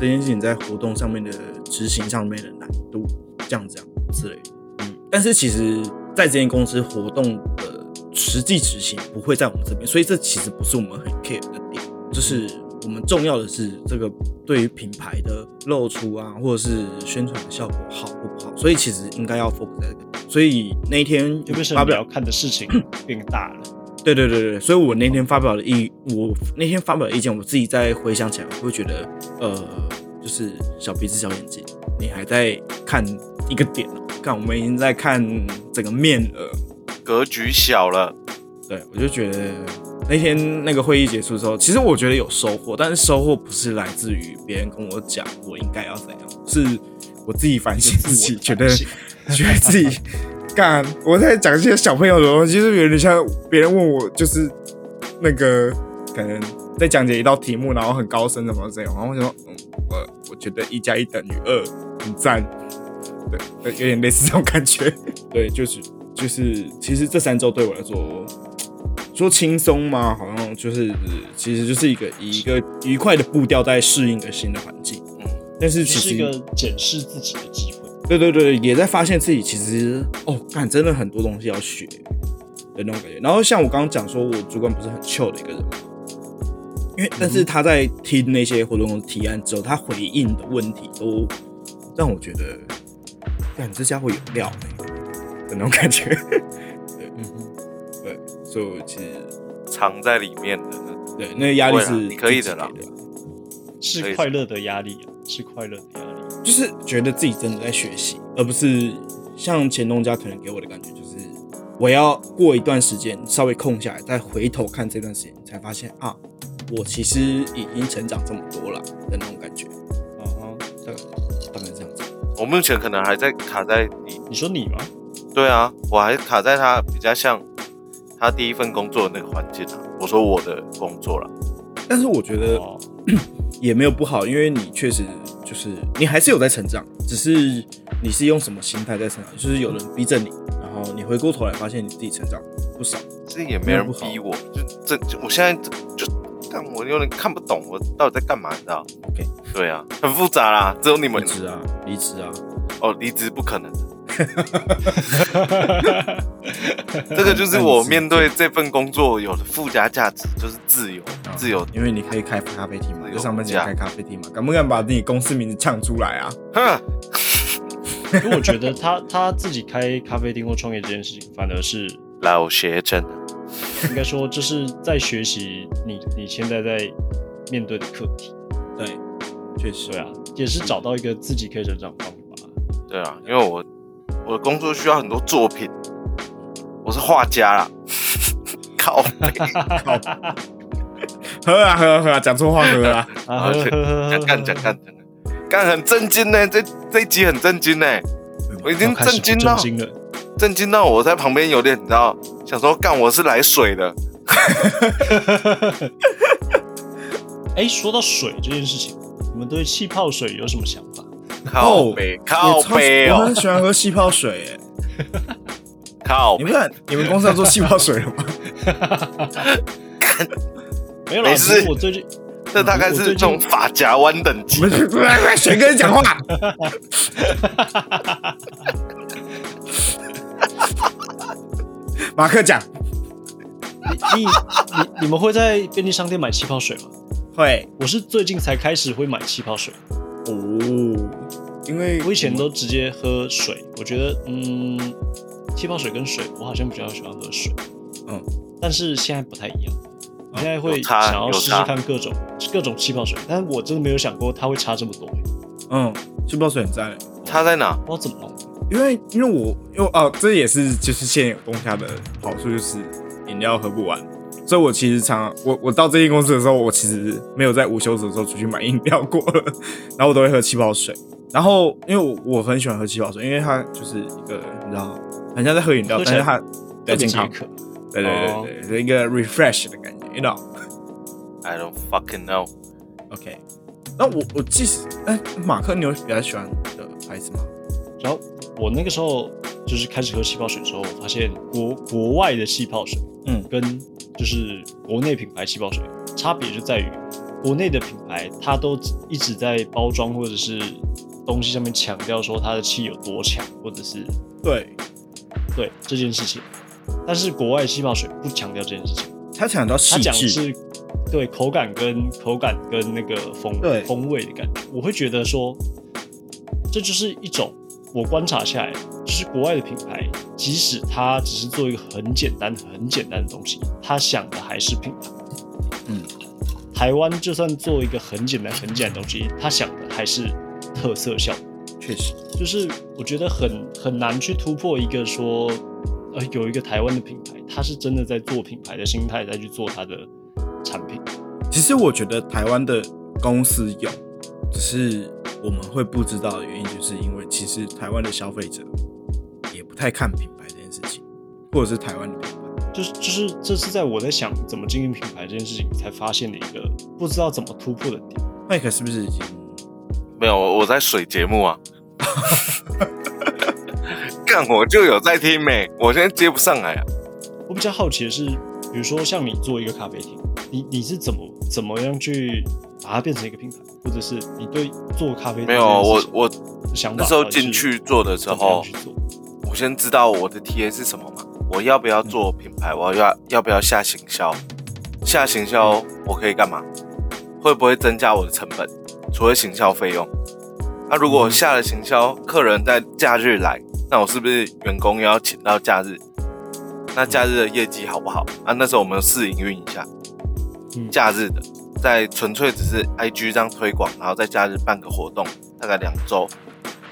A: 这件事情在活动上面的执行上面的难度，这样这样之类的。嗯，但是其实在这间公司活动的实际执行不会在我们这边，所以这其实不是我们很 care 的点，就是我们重要的是这个对于品牌的露出啊，或者是宣传的效果好或不好，所以其实应该要 focus 在这个。所以那一天
B: 特别是
A: 发
B: 你
A: 表
B: 要看的事情变大了，
A: 对对对对，对所以我那天发表的意，我那天发表的意见，我自己再回想起来，我会觉得，呃，就是小鼻子小眼睛，你还在看一个点啊，看我们已经在看整个面了。
C: 格局小了，
A: 对，我就觉得那天那个会议结束之后，其实我觉得有收获，但是收获不是来自于别人跟我讲我应该要怎样，是我自己反省自己，觉得觉得自己干。我在讲这些小朋友的东西，就是有点像别人问我，就是那个可能在讲解一道题目，然后很高深什么这种，然后我就说，嗯，我我觉得一加一等于二，很赞。对，呃有点类似这种感觉。 对，就是就是，其实这三周对我来说，说轻松吗？好像就是，其实就是一个以一个愉快的步调在适应一个新的环境。嗯
C: 嗯，
A: 但是
B: 这
A: 其实
B: 是一个检视自己的机会。
A: 对对对，也在发现自己其实哦，干真的很多东西要学的那种感觉。然后像我刚刚讲说，我主管不是很 chill 的一个人嘛，因为但是他在听那些活动公司提案之后，他回应的问题都让我觉得，干这家伙有料、欸、的那种感觉。
B: 嗯哼，
A: 对，所以我其实
C: 藏在里面的那种
A: 对那个压力是
C: 不会啦你可以的啦
A: 自己给的，
C: 可以
B: 是
C: 的
B: 快乐的压力啊，是快乐的压力。
A: 就是觉得自己真的在学习，而不是像前东家可能给我的感觉就是，我要过一段时间稍微空下来，再回头看这段时间，才发现啊，我其实已经成长这么多了的那种感觉，
B: 啊哈，
A: 大概大概这样子。
C: 我目前可能还在卡在你，
B: 你说你吗？
C: 对啊，我还卡在他比较像他第一份工作的那个环境啊。我说我的工作了，
A: 但是我觉得
B: 哦，
A: 也没有不好，因为你确实就是你还是有在成长，只是你是用什么心态在成长，就是有人逼着你，然后你回过头来发现你自己成长不少。
C: 这也没人
A: 那不好
C: 逼我，就这就我现在就但我有点看不懂我到底在干嘛，你知道
A: OK
C: 对啊，很复杂啦，只有你
A: 离
C: 们
A: 职啊，离职啊，
C: 哦，离职不可能的。这 个就是我面对这份工作有的附加价值，就是自由，
A: 啊
C: 自由。
A: 因为你可以开咖啡厅嘛，
C: 自由
A: 就上班前开咖啡厅嘛，敢不敢把自己公司名字呛出来啊？
C: 哼，
B: 因为我觉得他他自己开咖啡厅或创业这件事情，反而是
C: 老学生，
B: 应该说就是在学习你你现在在面对的课题。
A: 对，确实
B: 对啊，也是找到一个自己可以成长的方法。
C: 对啊，因为我我的工作需要很多作品，我是画家啦， 靠北，
A: 喝啊喝啊喝啊，讲错话喝 啊，
B: 啊，呵呵呵
C: 讲干讲干讲干，干很震惊呢、这这一集很震 惊呢、我已经
B: 要开
C: 震
B: 始
C: 惊
B: 不
C: 到
B: 正经了，
C: 震惊到我在旁边有点你知道，想说干我是来水的，
B: 哎，说到水这件事情，你们对气泡水有什么想法？
C: 靠北靠
A: 我超
C: 北
A: 我
C: 哦，
A: 很喜欢喝气泡水、 欸，
C: 靠
A: 你
C: 北，
A: 们你们公司要做气泡水了吗？
B: 没有啦，
C: 没
B: 只
C: 事
B: 是我最近
C: 这大概
B: 我
C: 是
B: 最
C: 这
B: 近
C: 种发夹弯等级
A: 不。是，不是，水哥你讲话，马克讲
B: 你你你你们会在便利商店买气泡水吗？
A: 会
B: 我是最近才开始会买气泡水，
A: 哦，因为
B: 我以前都直接喝水。我觉得，嗯，气泡水跟水，我好像比较喜欢喝水。
A: 嗯，
B: 但是现在不太一样，我现在会
C: 嗯有差
B: 想要
C: 有
B: 试试
C: 差
B: 看各种各种气泡水，但是我真的没有想过它会差这么多、欸，
A: 嗯，气泡水很赞、
C: 差在哪？
B: 不知道怎么弄的。
A: 因为因为我因为哦，这也是就是现有东家的好处，就是饮料喝不完，所以我其实常我我到这间公司的时候，我其实没有在午休时的时候出去买饮料过了， 然后我都会喝气泡水。然后因为我我很喜欢喝气泡水，因为它就是一个你知道，很像在喝饮料，
B: 喝起
A: 但
B: 来
A: 是它比较健康
B: 特，
A: 对
B: 别哦解渴
A: 对对对，是一个 refresh 的感觉，你知道。
C: I don't fucking know。
A: OK，那我我即使哎，马克，你有比较喜欢的牌子吗？
B: 然后我那个时候就是开始喝气泡水之后，我发现国国外的气泡水，
A: 嗯
B: 跟就是国内品牌气泡水差别就在于，国内的品牌它都一直在包装或者是东西上面强调说它的气有多强，或者是
A: 对，
B: 对这件事情，但是国外气泡水不强调这件事情，
A: 他讲到
B: 它
A: 细
B: 讲的
A: 致，
B: 是对口感跟口感跟那个风
A: 对
B: 风味的感觉，我会觉得说，这就是一种我观察下来，就是国外的品牌，即使它只是做一个很简单很简单的东西，它想的还是品牌。
A: 嗯，
B: 台湾就算做一个很简单很简单的东西，它想的还是特色效果。
A: 确实，
B: 就是我觉得很很难去突破一个说，呃，有一个台湾的品牌，它是真的在做品牌的心态，再去做它的产品。
A: 其实我觉得台湾的公司有，只是我们会不知道的原因，就是因为其实台湾的消费者也不太看品牌这件事情，或者是台湾的品牌。
B: 就是就是这是在我在想怎么经营品牌这件事情才发现的一个不知道怎么突破的点。
A: 麦克是不是已经？
C: 没有，我我在水节目啊。 干，我就有在听没、我现在接不上来啊。
B: 我比较好奇的是，比如说像你做一个咖啡厅，你你是怎么怎么样去把它变成一个品牌，或者是你对做咖啡厅
C: 没有，
B: 这件
C: 我
B: 事情
C: 我
B: 的想法
C: 那时候
B: 到底是
C: 进去做的时
B: 怎么样
C: 候
B: 去，做？
C: 我先知道我的 TA 是什么嘛，我要不要做品牌，我要要不要下行销，下行销我可以干嘛？会不会增加我的成本？除了行销费用，那、如果下了行销，客人在假日来，那我是不是员工也要请到假日？那假日的业绩好不好？啊，那时候我们有试营运一下，
B: 嗯
C: 假日的，在纯粹只是 IG 这样推广，然后在假日办个活动，大概两周，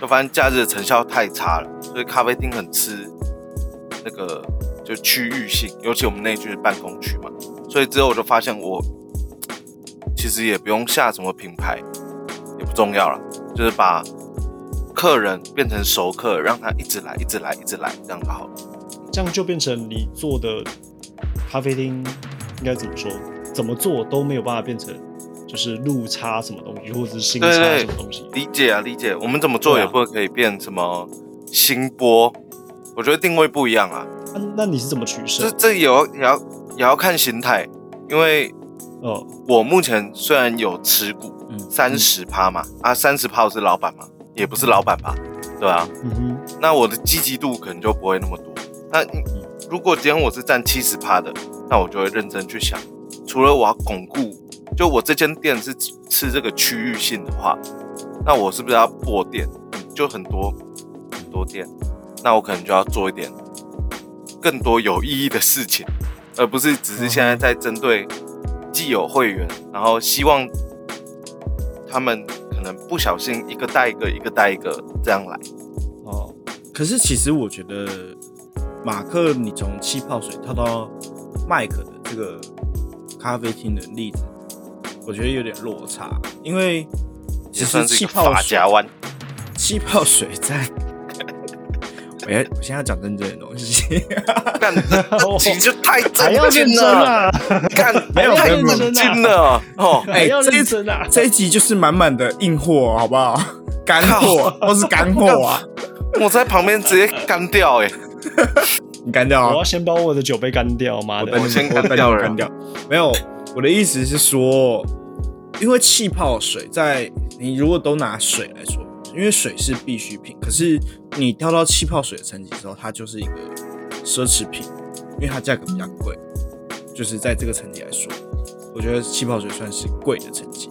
C: 就发现假日的成效太差了，所以咖啡厅很吃那个就区域性，尤其我们那区是办公区嘛，所以之后我就发现我其实也不用下什么品牌，也不重要了，就是把客人变成熟客，让他一直来，一直来，一直来，这样就好了。
B: 这样就变成你做的咖啡厅应该怎么说？怎么做都没有办法变成就是路差什么东西，或者是新差
C: 对对
B: 什么东西。
C: 理解啊，理解。我们怎么做
B: 对啊
C: 也不会可以变什么新波，我觉得定位不一样啊。
B: 那、那你是怎么取
C: 这
B: 舍？
C: 这也要也要也要看形态，因为
B: 哦，
C: 我目前虽然有持股
A: 嗯
C: 三十趴嘛，啊，三十趴我是老板嘛，也不是老板吧，对啊，
B: 嗯哼，
C: 那我的积极度可能就不会那么多。那你如果今天我是占七十趴的，那我就会认真去想，除了我要巩固，就我这间店是吃吃这个区域性的话，那我是不是要破店？嗯就很多很多店，那我可能就要做一点更多有意义的事情，而不是只是现在在针对既有会员，然后希望他们可能不小心一个带一个，一个带一个这样来。
B: 哦，
A: 可是其实我觉得马克，你从气泡水跳到麦克的这个咖啡厅的例子，我觉得有点落差，因为其
C: 也
A: 实
C: 算是
A: 气
C: 一个
A: 泡
C: 发
A: 水
C: 夹弯。
A: 气泡水在。 我要，我现在要讲认真的东西。
C: 干，这这集就太
B: 还要
C: 震
B: 认
C: 惊
B: 真
C: 了，
B: 啊，
C: 干，
B: 还要
C: 太
B: 认真啊
C: 震惊了哦，
A: 哎
B: 还要
A: 这一
B: 认真啊！
A: 这一集就是满满的硬货，好不好？干货都是干货啊！
C: 我在旁边直接干掉哎，
A: 你干掉
B: 我
A: 啊
B: 要！先把我的酒杯干掉，妈
A: 我
B: 的
A: 等！你
C: 我先
A: 我等
C: 干
A: 你
C: 掉
A: 们
C: 了
A: 干掉。没有，我的意思是说，因为气泡水在你如果都拿水来说，因为水是必需品，可是你跳到气泡水的层级之后，它就是一个奢侈品，因为它价格比较贵。就是在这个层级来说，我觉得气泡水算是贵的层级。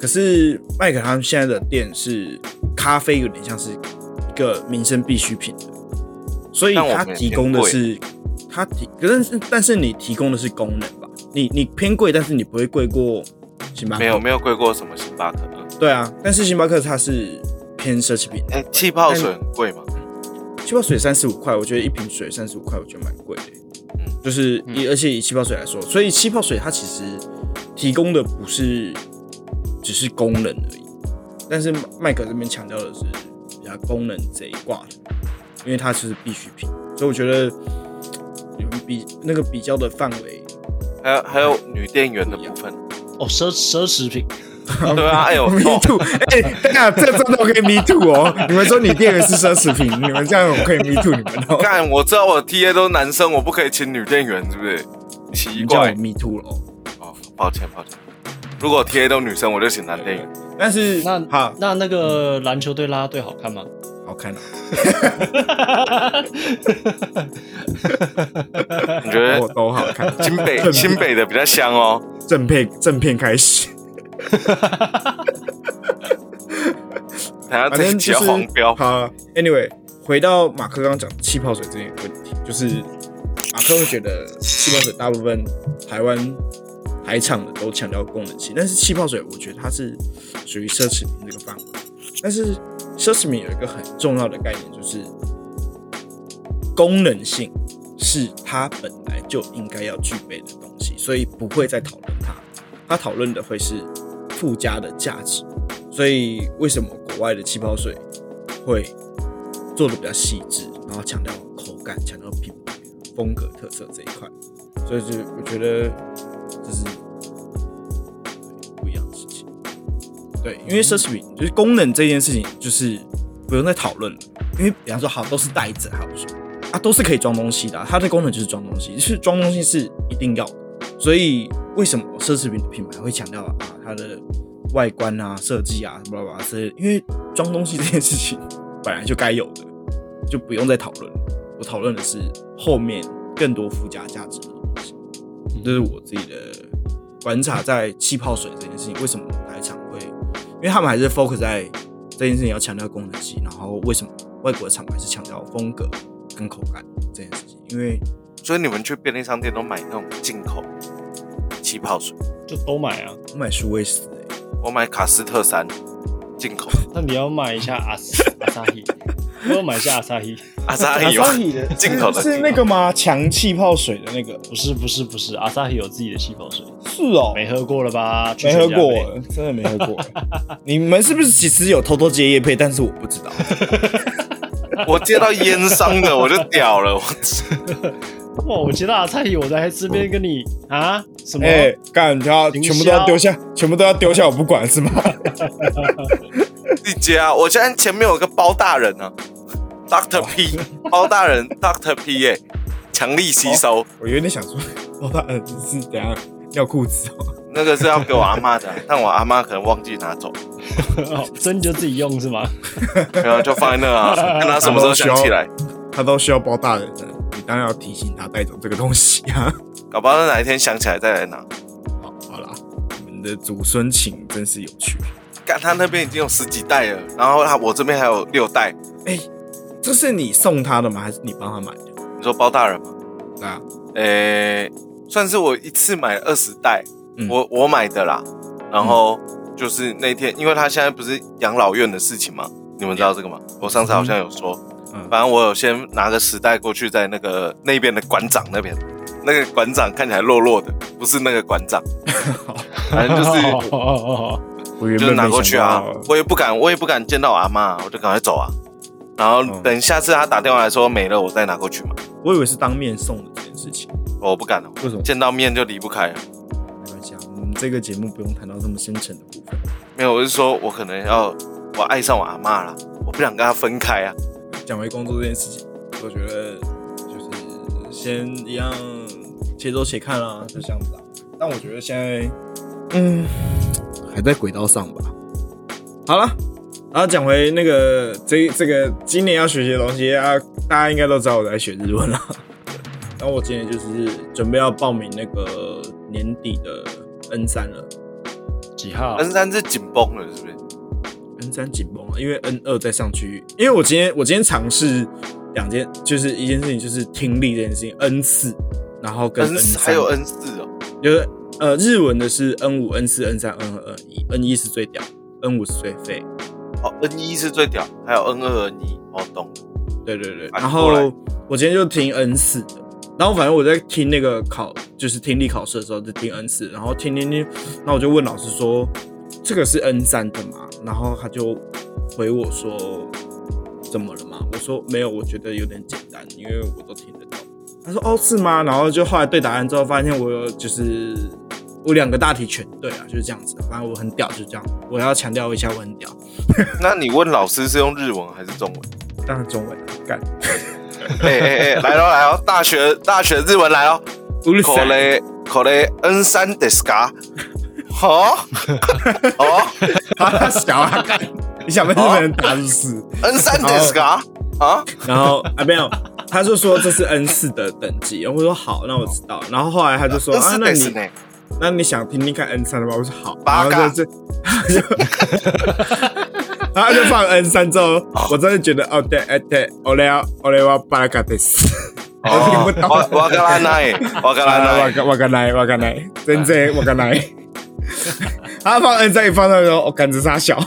A: 可是麦克他们现在的店是咖啡，有点像是一个民生必需品的，所以
C: 但我
A: 它
C: 们也
A: 提
C: 偏
A: 供的
C: 贵
A: 是它提，可是但是你提供的是功能吧？你你偏贵，但是你不会贵过星巴克。
C: 没有没有贵过什么星巴克，嗯
A: 对啊，但是星巴克它是偏奢侈品的，
C: 哎，气泡水很贵嘛，
A: 气泡水三十五块，我觉得一瓶水三十五块，我觉得蛮贵的。
C: 嗯
A: 就是以而且以气泡水来说，所以气泡水它其实提供的不是只是功能而已，但是麦克这边强调的是比较功能这一挂的，因为它是必需品，所以我觉得你们比那个比较的范围，
C: 还有还有女店员的部分，
B: 哦，奢奢侈品，
C: 对啊，哎呦，
A: ，me
C: 哦
A: too，哎、等一下这真的可以 me too 哦！你们说你店员是奢侈品，你们这样我可以 me too 你们哦？
C: 干，我知道我的 TA 都是男生，我不可以请女店员，是不是？
A: 你
C: 奇
A: 叫我
C: 怪
A: me too 了，
C: 哦，抱歉抱歉。如果 TA 都女生，我就请男店员。
A: 但是
B: 那
A: 好
B: 那那个篮球队啦啦队好看吗？
A: 好看啊，
C: 你觉 得
A: 我都好看，
C: 新呃北
A: 正
C: 新北的比较香哦？
A: 正片正片开始，
C: 等下
A: 反
C: 这一
A: 正
C: 集
A: 就
C: 要
A: 是
C: 黄标。
A: 好，anyway，回到马克刚刚讲气泡水这件问题，就是马克会觉得气泡水大部分台湾台厂的都强调功能性，但是气泡水我觉得它是属于奢侈品这个范围。但是奢侈品有一个很重要的概念，就是功能性是它本来就应该要具备的东西，所以不会再讨论它。它讨论的会是附加的价值。所以为什么国外的气泡水会做的比较细致，然后强调口感、强调品牌、风格特色这一块？所以就我觉得这是不一样的事情。对，因为奢侈品就是功能这件事情，就是不用再讨论了。因为比方说，好都是袋子，好说啊，都是可以装东西的啊、它的功能就是装东西，就是装东西是一定要的。所以为什么奢侈品的品牌会强调啊它的外观啊、设计啊、什么吧，是因为装东西这件事情本来就该有的，就不用再讨论了。我讨论的是后面更多附加价值的东西，这是我自己的观察，在气泡水这件事情，为什么台厂会，因为他们还是 focus 在这件事情要强调功能性，然后为什么外国的厂牌是强调风格跟口感这件事情，因为
C: 所以你们去便利商店都买那种进口气泡水，
B: 就都买啊，
A: 我买舒威斯、欸，
C: 我买卡斯特山进口
B: 那你要买一下阿斯阿萨希，我要买一下阿萨希，
C: 啊阿萨伊吗？
A: 的
C: 进口的
A: 是是那个吗？强气泡水的那个
B: 不是不是不是，阿萨希有自己的气泡水，
A: 是哦，
B: 没喝过了吧？去
A: 没喝
B: 全家
A: 过
B: 买，
A: 真的没喝过。 你们是不是其实有偷偷接叶配，但是我不知 道。
C: 我接到烟商的我就屌了，我
B: 哇！我接到阿萨希，我在这边跟你啊什么？
A: 哎，干，他全部都要丢下，全部都要丢下，我不管是吗？
C: 自己接啊！我现在前面有个包大人啊，Doctor P 包大人 Doctor P 耶、强力吸收，
A: 我有点想说，哦，他儿子是怎样尿裤子哦？
C: 那个是要给我阿妈的，但我阿妈可能忘记拿走，
B: 哦真的就自己用是吗？
C: 然后就放在那啊，看他什么时候想起来，
A: 他都需要包大人的，你当然要提醒他带走这个东西啊。
C: 搞不好哪一天想起来再来拿。
A: 好，好啦，你们的祖孙情真是有趣。
C: 干他那边已经有十几袋了，然后他我这边还有六袋，
A: 哎，这是你送他的吗？还是你帮他买的？
C: 你说包大人吗？
A: 对啊，
C: 诶、算是我一次买二十袋，
A: 嗯
C: 我我买的啦。然后就是那天，因为他现在不是养老院的事情嘛，你们知道这个吗？我上次好像有说，
A: 嗯
C: 反正我有先拿个十袋过去，在那个那边的馆长那边，那个馆长看起来弱弱的，不是那个馆 长，反正就 是
B: 哦哦哦
A: 我原
C: 就
A: 本
C: 是
A: 没
C: 拿过
A: 想
C: 去啊
A: 到，
C: 我也不敢，我也不敢见到我阿妈，我就赶快走啊。然后
A: 嗯
C: 等下次他打电话来说没了，我再拿过去嘛。
A: 我以为是当面送的这件事情，
C: 我不敢了，
A: 为什么？
C: 见到面就离不开了。
A: 没关系啊，我们这个节目不用谈到这么深沉的部分，
C: 没有，我是说我可能要我爱上我阿妈了，我不想跟她分开啊。
A: 讲回工作这件事情，我觉得就是先一样且走且看啦，就这样子啊。但我觉得现在，嗯，还在轨道上吧。好了，然后讲回那个这这个今年要学习的东西啊，大家应该都知道我在学日文 了。然后我今年就是准备要报名那个年底的 N 三了
B: 哦，几号？
C: N 三是紧绷了，是不是？
A: N 三紧绷了，因为 N 二再上去，因为我今天我今天尝试两件，就是一件事情就是听力这件事情，N 四，然后跟
C: N
A: N
C: 四
A: 三
C: 还有 N 四哦，
A: 就是呃日文的是 N 五、N 四、N 三、N 二、N 一，N 一是最屌，N 五是最废，
C: 哦 N 一是最屌，还有 N 二 N 一哦，懂了。
A: 对对对。
C: 啊
A: 然
C: 过来
A: 后我今天就听 N 四的，然后反正我在听那个考，就是听力考试的时候就听 N 四，然后听听听，然后我就问老师说这个是 N 三的吗？然后他就回我说怎么了嘛？我说没有，我觉得有点简单，因为我都听得懂。他说哦是吗？然后就后来对答案之后发现我有就是。我两个大题全对啊，就是这样子。反正我很屌，就是这样。我要强调一下，我很屌。
C: 那你问老师是用日文还是中 文？
A: 当然中文啊干，
C: 哎哎哎，来喽来喽，大学大学日文来 喽，
A: 乌鲁
C: 口
A: 塞，
C: 雷口雷 N 三 des ga，哦 哦
A: 他小啊干，你想被日本人打是不是？
C: N 三 des ga 啊，
A: 然后啊没有，他就说这是 N 四的等级，然后我说好，那我知道。然后后来他就说
C: 那
A: 啊
C: 是，
A: 那
C: des
A: 你
C: 呢？
A: 那你想听听看 N 三的吗？我说好，然
C: 八
A: 后
C: 嘎
A: 就这，然后就放 N 三之后，我真的觉得哦对哎对，我来我来我巴拉卡德斯，我听
C: 哦
A: 不懂，
C: わわからない，わから
A: 啊
C: な
A: 我
C: い。
A: 敢我敢来我敢来，真正我敢来。他放 N 三一放到时候，哦我感觉傻小。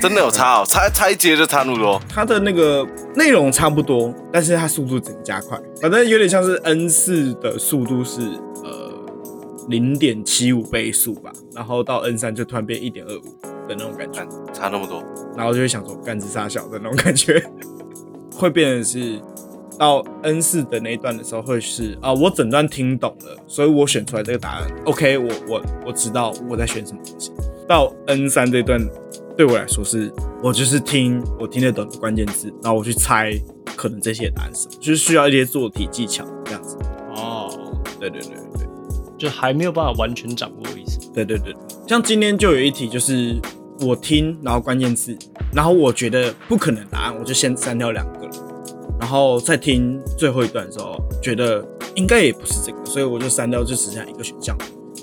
C: 真的有差哦，差差一节就差那么多。
A: 它的那个内容差不多，但是它速度整个加快，反正有点像是 N 四的速度是呃零点七五倍速吧，然后到 N 三就突然变一点二五的那种感觉，
C: 哎差那么多，
A: 然后就会想说干子傻小的那种感觉， 会变成是到 N 四的那一段的时候会是啊、我整段听懂了，所以我选出来这个答案，OK，我我我知道我在选什么东西。到 N 三这段对我来说是，我就是听我听得懂的关键字，然后我去猜可能这些答案是什么，就是需要一些做题技巧这样子。
B: 哦，
A: 对对对对
B: 就还没有办法完全掌握的意思。
A: 对对对，像今天就有一题就是我听，然后关键字，然后我觉得不可能答案，我就先删掉两个，然后再听最后一段的时候，觉得应该也不是这个，所以我就删掉，就只剩下一个选项。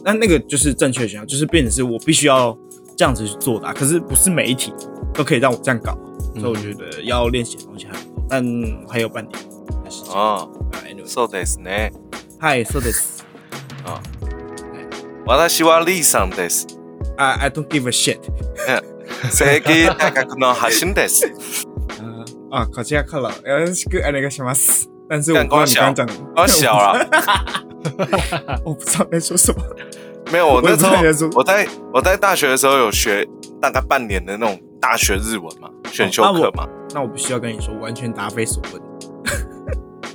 A: 那那个就是正确的选项，就是变成是我必须要这样子去作答，可是不是每一题都可以让我这样搞，所以我觉得要练习的东西还很多，但我还有半年的时间。啊
C: 哦，
A: ，anyway，
C: そうですね。
A: 嗨，so this，
C: 私はリーさんです。
A: I I don't give a shit。
C: 正規大学の発信です。
A: 啊啊，考吉亚克了，よろしくお願いします。但是我
C: 干
A: 不知道你刚刚
C: 光小
A: 讲的，
C: 我小了，
A: 我不知道在说什么。
C: 没有，我那时候
A: 我也不太能说
C: 我在我在大学的时候有学大概半年的那种大学日文嘛，选修课嘛。
A: 那我必须要跟你说，完全答非所问。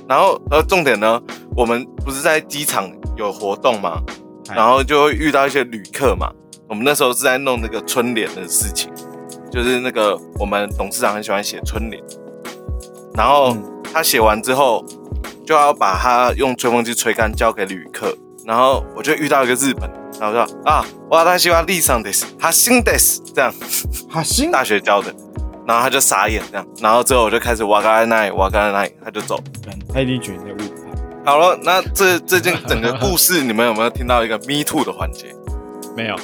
C: 然后呃，重点呢，我们不是在机场有活动嘛，
A: 哎
C: 然后就会遇到一些旅客嘛。我们那时候是在弄那个春联的事情，就是那个我们董事长很喜欢写春联，然后
A: 嗯
C: 他写完之后就要把它用吹风机吹干，交给旅客。然后我就遇到一个日本，然后我说啊，哇，他喜欢立上 this，他新 this 这样。
A: 好心
C: 大学教的，然后他就傻眼这样，然后之后我就开始哇嘎奈哇嘎奈，他就走。
A: 他一定觉得你在误判。
C: 好了，那这这件整个故事，你们有没有听到一个 me too 的环节？
B: 没有，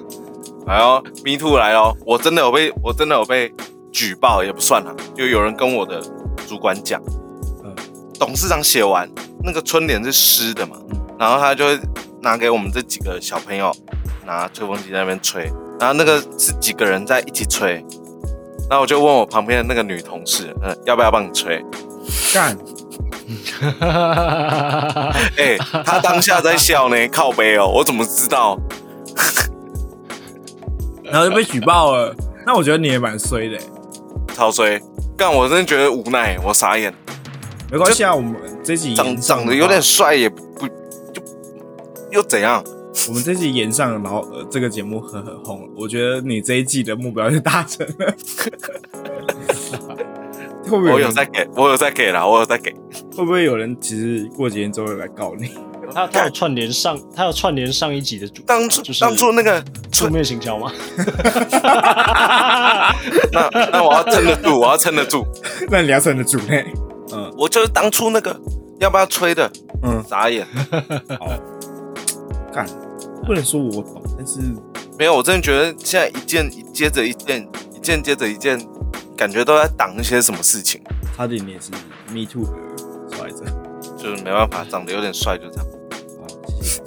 C: 来哦，me too 来哦，我真的有被我真的有被举报，也不算啦，就有人跟我的主管讲，
A: 嗯
C: 董事长写完那个春联是湿的嘛
A: 嗯，
C: 然后他就会拿给我们这几个小朋友拿吹风机在那边吹，然后那个是几个人在一起吹，然后我就问我旁边的那个女同事，嗯、要不要帮你吹？
A: 干，
C: 哎、 他当下在笑呢，靠背哦，我怎么知道？
A: 然后就被举报了。那我觉得你也蛮衰的欸、
C: 超吹，干我真的觉得无奈，我傻眼。
A: 没关系啊，我们这集
C: 长
A: 延上
C: 长
A: 的
C: 得
A: 话
C: 有点，帅也不不就又怎样？
A: 我们这集延上了，然后、呃、这个节目很很红了。我觉得你这一季的目标就达成了。 会不会
C: 我有
A: 人
C: 在给，我有在给啦，我有在给。
A: 会不会有人其实过几天之后来告你？
B: 他他有串联上，他有串联上一集的主，
C: 当初、
B: 就是
C: 当初那个
B: 负
C: 春，
B: 面行销吗？
C: 那那我要撑得住，我要撑得住。
A: 那你要算得住呢？
C: 我就是当初那个要不要吹的，
A: 嗯，
C: 傻眼。
A: 干，不能说我懂，但是
C: 没有，我真的觉得现在一件一接着一件，一件接着一件，感觉都在挡一些什么事情，
A: 差点也是 me too 的受害者。
C: 就是没办法，长得有点帅就这样。
A: 好，谢谢。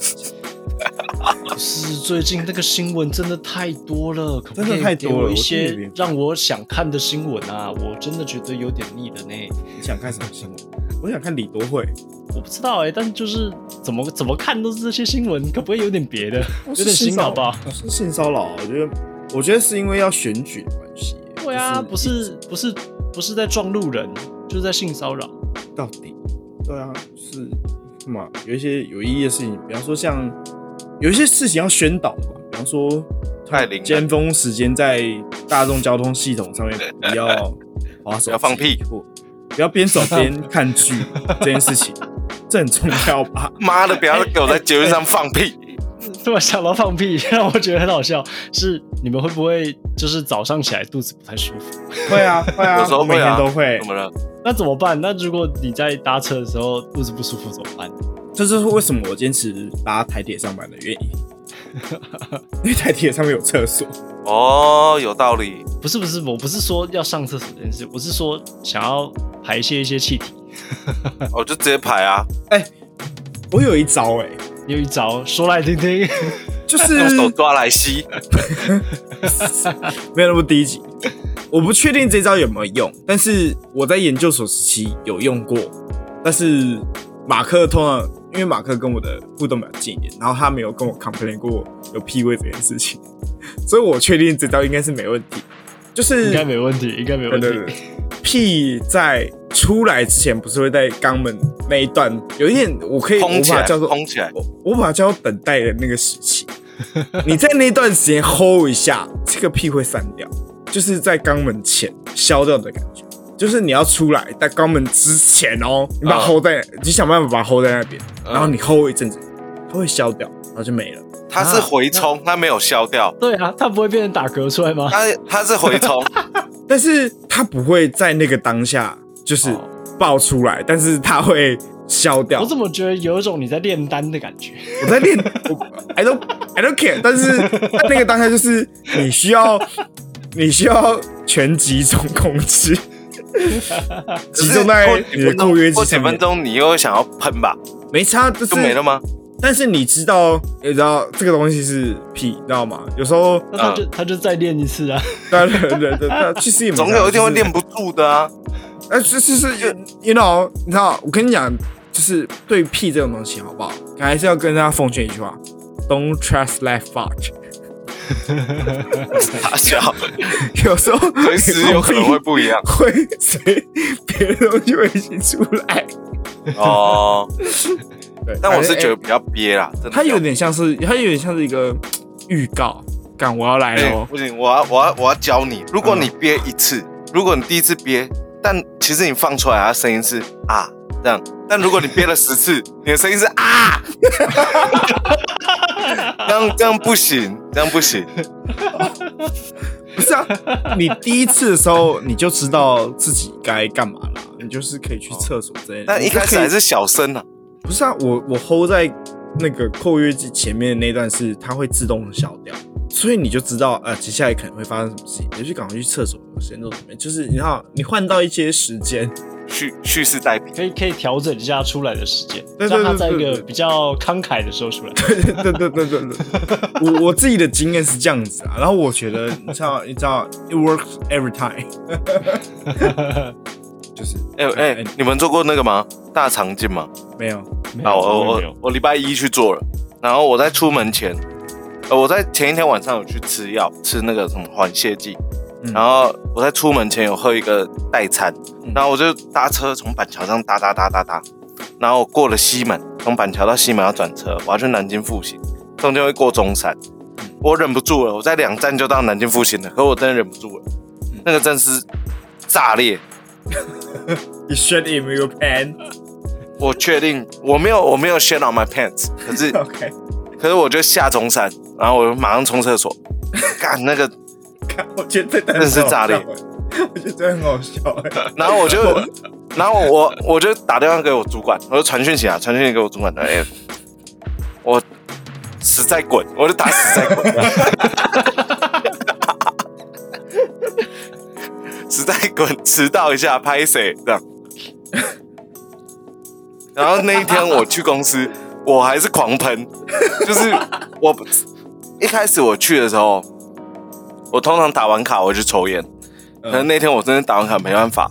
B: 不是，最近那个新闻真的太多了，可不
A: 真的
B: 可以
A: 太
B: 给
A: 多了
B: 我一
A: 我真的
B: 些
A: 没办法
B: 让我想看的新闻啊？我真的觉得有点腻了呢。
A: 你想看什么新 闻？我想看李多惠，
B: 我不知道哎、但就是怎么怎么看都是这些新闻，可不可以有点别的？有点新好不好？
A: 是性骚扰，啊我觉得，我觉得是因为要选举的关系。
B: 对啊，不
A: 就是
B: 不是不是在撞路人，就是在性骚扰。
A: 到底，对啊，就是嘛，有一些有意义的事情，比方说像有一些事情要宣导的吧，比方说
C: 太灵了
A: 尖峰时间在大众交通系统上面不要滑手，
C: 不要放屁，
A: 或不要边走边看 剧这件事情，这很重要吧？
C: 妈的，不要给我在节目上放屁！
B: 突然想到放屁，让我觉得很好笑。是你们会不会就是早上起来肚子不太舒服？
A: 会啊，会啊，
C: 有时候
A: 我每
C: 会
A: 天
C: 啊
A: 都会
C: 怎，么了？
B: 那怎么办？那如果你在搭车的时候肚子不舒服怎么办？
A: 这就是为什么我坚持搭台铁上班的原因， 因为台铁上面有厕所。
C: 哦，有道理。
B: 不是不是，我不是说要上厕所这件事，我是说想要排泄一些气体。
C: 哦，就直接排啊，
A: 我有一招哎、
B: 有一招说来听 听，
A: 就是 哎
C: 用手抓来吸。
A: 没有那么低级。我不确定这招有没有用，但是我在研究所时期有用过。但是马克通常因为马克跟我的互动比较近一点，然后他没有跟我 complain 过有屁味这件事情，所以我确定这招应该是没问题。就是
B: 应该没问题，应该没
A: 对
B: 问题。
A: 对对，屁在出来之前不是会在肛门那一段有一点，我可以我
C: 通
A: 把
C: 起
A: 它
C: 来，
A: 叫做
C: 通起来，
A: 我我把它叫做等待的那个时 期，你在那段时间 hold 一下，这个屁会散掉，就是在肛门前消掉的感觉，就是你要出来，在肛门之前哦，你把它
C: 嗯
A: hold 在，你想办法把它 hold 在那边，
C: 嗯
A: 然后你 hold 一阵子，它会消掉，然后就没了。
C: 它是回
A: 啊
C: 冲，它没有消掉，
B: 对啊，它不会变成打嗝出来吗？
C: 它它是 回冲，
A: 但是它不会在那个当下就是
B: 哦
A: 爆出来，但是它会消掉
B: 我。怎么觉得有一种你在炼丹的感觉？
A: 我在练，我 I don't I don't care，但是在那个当下就是你需要你需要全集中控制，集中在你的
C: 过
A: 括约肌
C: 过几
A: 上面
C: 分，钟你又想要喷吧，
A: 没差，就是
C: 就没了吗？
A: 但是你知道，你知道这个东西是屁，你知道吗？有时候，
B: 那他就他就再练一次啊！
A: 对对对对对，其实也没差
C: 总有一天会，
A: 就
C: 练
A: 是
C: 不住的啊。
A: 哎，就是是，you know，你知道，我跟你讲，就是对屁这种东西，好不好？还是要跟大家奉劝一句话：Don't trust life fuck。
C: 傻笑，
A: 有时候
C: 随时有可能会不一 样
A: 会随别的东西会一起出来。
C: 哦。
A: 对，
C: 但我是
A: 反正
C: 觉得
A: 欸
C: 比较憋啦，真的。
A: 哎它有点像是，它有点像是一个嘖预告，感我要来
C: 哎、
A: 了哦。
C: 不行，我要我要我要教你。如果你憋一次，如果你第一次憋，但其实你放出来，它声音是啊这样。但如果你憋了十 次，你的声音是啊， 这样这样不行，这样不行。
A: 不是啊，你第一次的时候你就知道自己该干嘛了，你就是可以去厕所之类的。
C: 但一开始还是小声啊，
A: 不是啊，我我 hold 在那个括约肌前面的那段是它会自动消掉，所以你就知道呃接下来可能会发生什么事情，你就赶快去厕所，先做准备。就是你看你换到一些时间，
C: 蓄蓄势待毙。
B: 可以可以调整一下出来的时间，
A: 对对
B: 让他
A: 对
B: 在一
A: 对
B: 个
A: 对
B: 比较慷慨的时候出 来。
A: 对对对对对，我我自己的经验是这样子啊，然后我觉得你知道你知道，it works every time，就是
C: 哎、哎、你们做过那个吗？大肠镜吗？
A: 没有，
B: 没
C: 啊，
B: 有没
C: 我
B: 有
C: 我
B: 没有
C: 我我礼拜一去做了，然后我在出门前，呃，我在前一天晚上有去吃药，吃那个什么缓泻剂，
A: 嗯
C: 然后我在出门前有喝一个代餐，
A: 嗯
C: 然后我就搭车从板桥上搭搭搭搭搭，然后我过了西门，从板桥到西门要转车，我要去南京复兴，中间会过中山，我忍不住了，我在两站就到南京复兴了，可我真的忍不住了，那个真是炸裂，
A: ，you shit in your pants，OK，、
C: 我确定我没有我没有 shit on my pants，可是。
A: OK，
C: 可是我就下中山，然后我就马上冲厕 所，干那个，
A: 看我觉得真
C: 真是炸裂，
A: 我觉得真的很好笑、欸，
C: 然后我就， 然后我我就打电话给我主管，我就传讯息啊，传讯息给我主管的，哎、我死在滚，我就打死在滚， 死在滚，迟到一下拍谁这样。然后那一天我去公司，我还是狂喷，就是我一开始我去的时候，我通常打完卡我就抽烟，可能那天我真的打完卡没办法，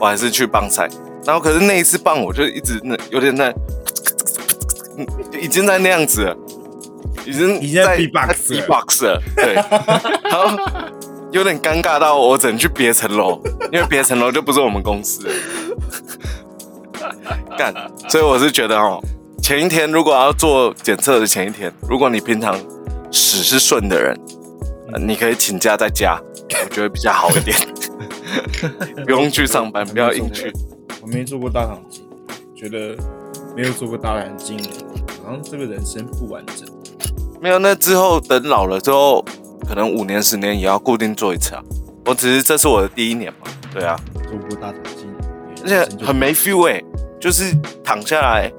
C: 我还是去棒赛。然后可是那一次棒，我就一直那有点那，嗯已经在那样子了，已经
A: 已经在 beatbox 了
C: B box 了，对，然后有点尴尬到我只能去别层楼，因为别层楼就不是我们公司了。干，所以我是觉得哦，前一天如果要做检测的前一天，如果你平常屎是顺的人，呃你可以请假在家，我觉得比较好一点， 不用去上班，不要硬去。
A: 我没做过大肠镜，觉得没有做过大肠镜，好像这个人生不完整。
C: 没有，那之后等老了之后，可能五年十年也要固定做一次啊。我只是这是我的第一年嘛，对啊，
A: 做过大肠镜，
C: 而且很没 feel 哎、就是躺下来，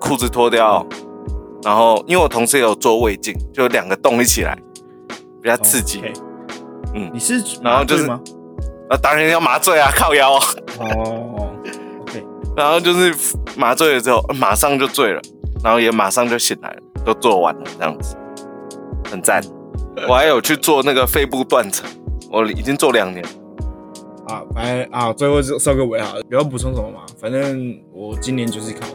C: 裤子脱掉，然后因为我同事也有做胃镜，就两个洞一起来，比较刺激。
A: 哦 OK
C: 嗯
A: 你是
C: 然后就是
A: 麻醉
C: 那、当然要麻醉啊，靠腰啊。
A: 吗？哦，OK，
C: 然后就是麻醉了之后，马上就醉了，然后也马上就醒来了，都做完了这样子，很赞。我还有去做那个肺部断层，我已经做两年了。
A: 啊，反正啊，最后收个尾好了，不要补充什么嘛。反正我今年就是考，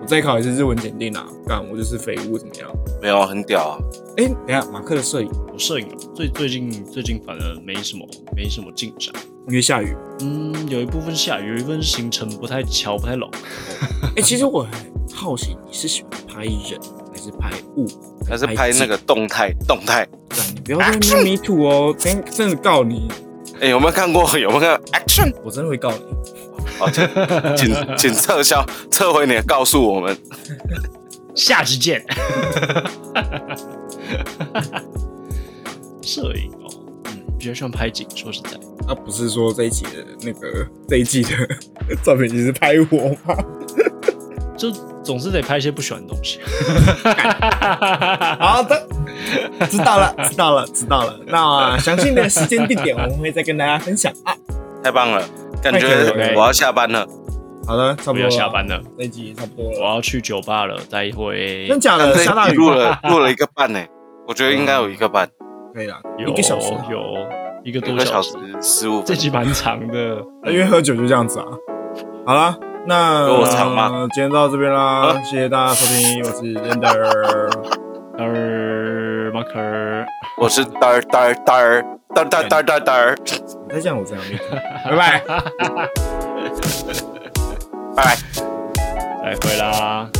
A: 我再考一次日文检定啦。干，我就是废物怎么样？
C: 没有，很屌啊！
A: 哎、等一下，马克的摄影
B: 我摄影最最近最近反而没什么没什么进展。
A: 因为下雨。
B: 嗯，有一部分下雨，有一部分行程不太巧不太拢。
A: 哎、其实我很好奇，你是喜欢拍人还是拍物？
C: 还是拍那个动态，动态。
A: 干，你不要在那边迷途哦，真真的告你，
C: 哎、有没有看过？ 有没有看过 Action？
A: 我真的会告你。
C: 好，请 请请撤销，撤回你的告诉我们。
B: 下集见。 摄影哦，嗯，比较喜欢拍景，说实在，
A: 他、啊不是说这一集的那个这一季的 照片，你是拍我吗？
B: 就总是得拍一些不喜欢的东西。
A: 好的，知道了，知道了，知道了。那详细的时间地点我们会再跟大家分享啊。
C: 太棒了，感
A: 太
C: 觉
A: 可以了哎
C: 我要下班了。
A: 好的，差不
B: 我
A: 多
B: 要
A: 了
B: 下，班了，
A: 这一集差不多
B: 我
A: 了。
B: 要去酒吧了，待会
A: 真假的呃
C: 这
A: 下大
C: 一集
A: 雨
C: 录了录了一个半呢、我觉得应该有一个半，
A: 可以了，
B: 有
A: 一个小时啊，
B: 有一个
C: 一
B: 多
C: 个小
B: 小
C: 时
B: 时，
C: 十五
B: 这
C: 分钟。
B: 集蛮长的。
A: 因为喝酒就这样子啊。好了，那
C: 有我长吗
A: 今天到这边啦，谢谢大家收听，我是 Render，
B: 呃，马克尔，
C: 我是嘚儿嘚儿嘚儿嘚儿嘚儿嘚儿嘚儿嘚儿，
A: 你再这样我这样没听， 拜拜。
C: 拜拜。
B: 再会啦。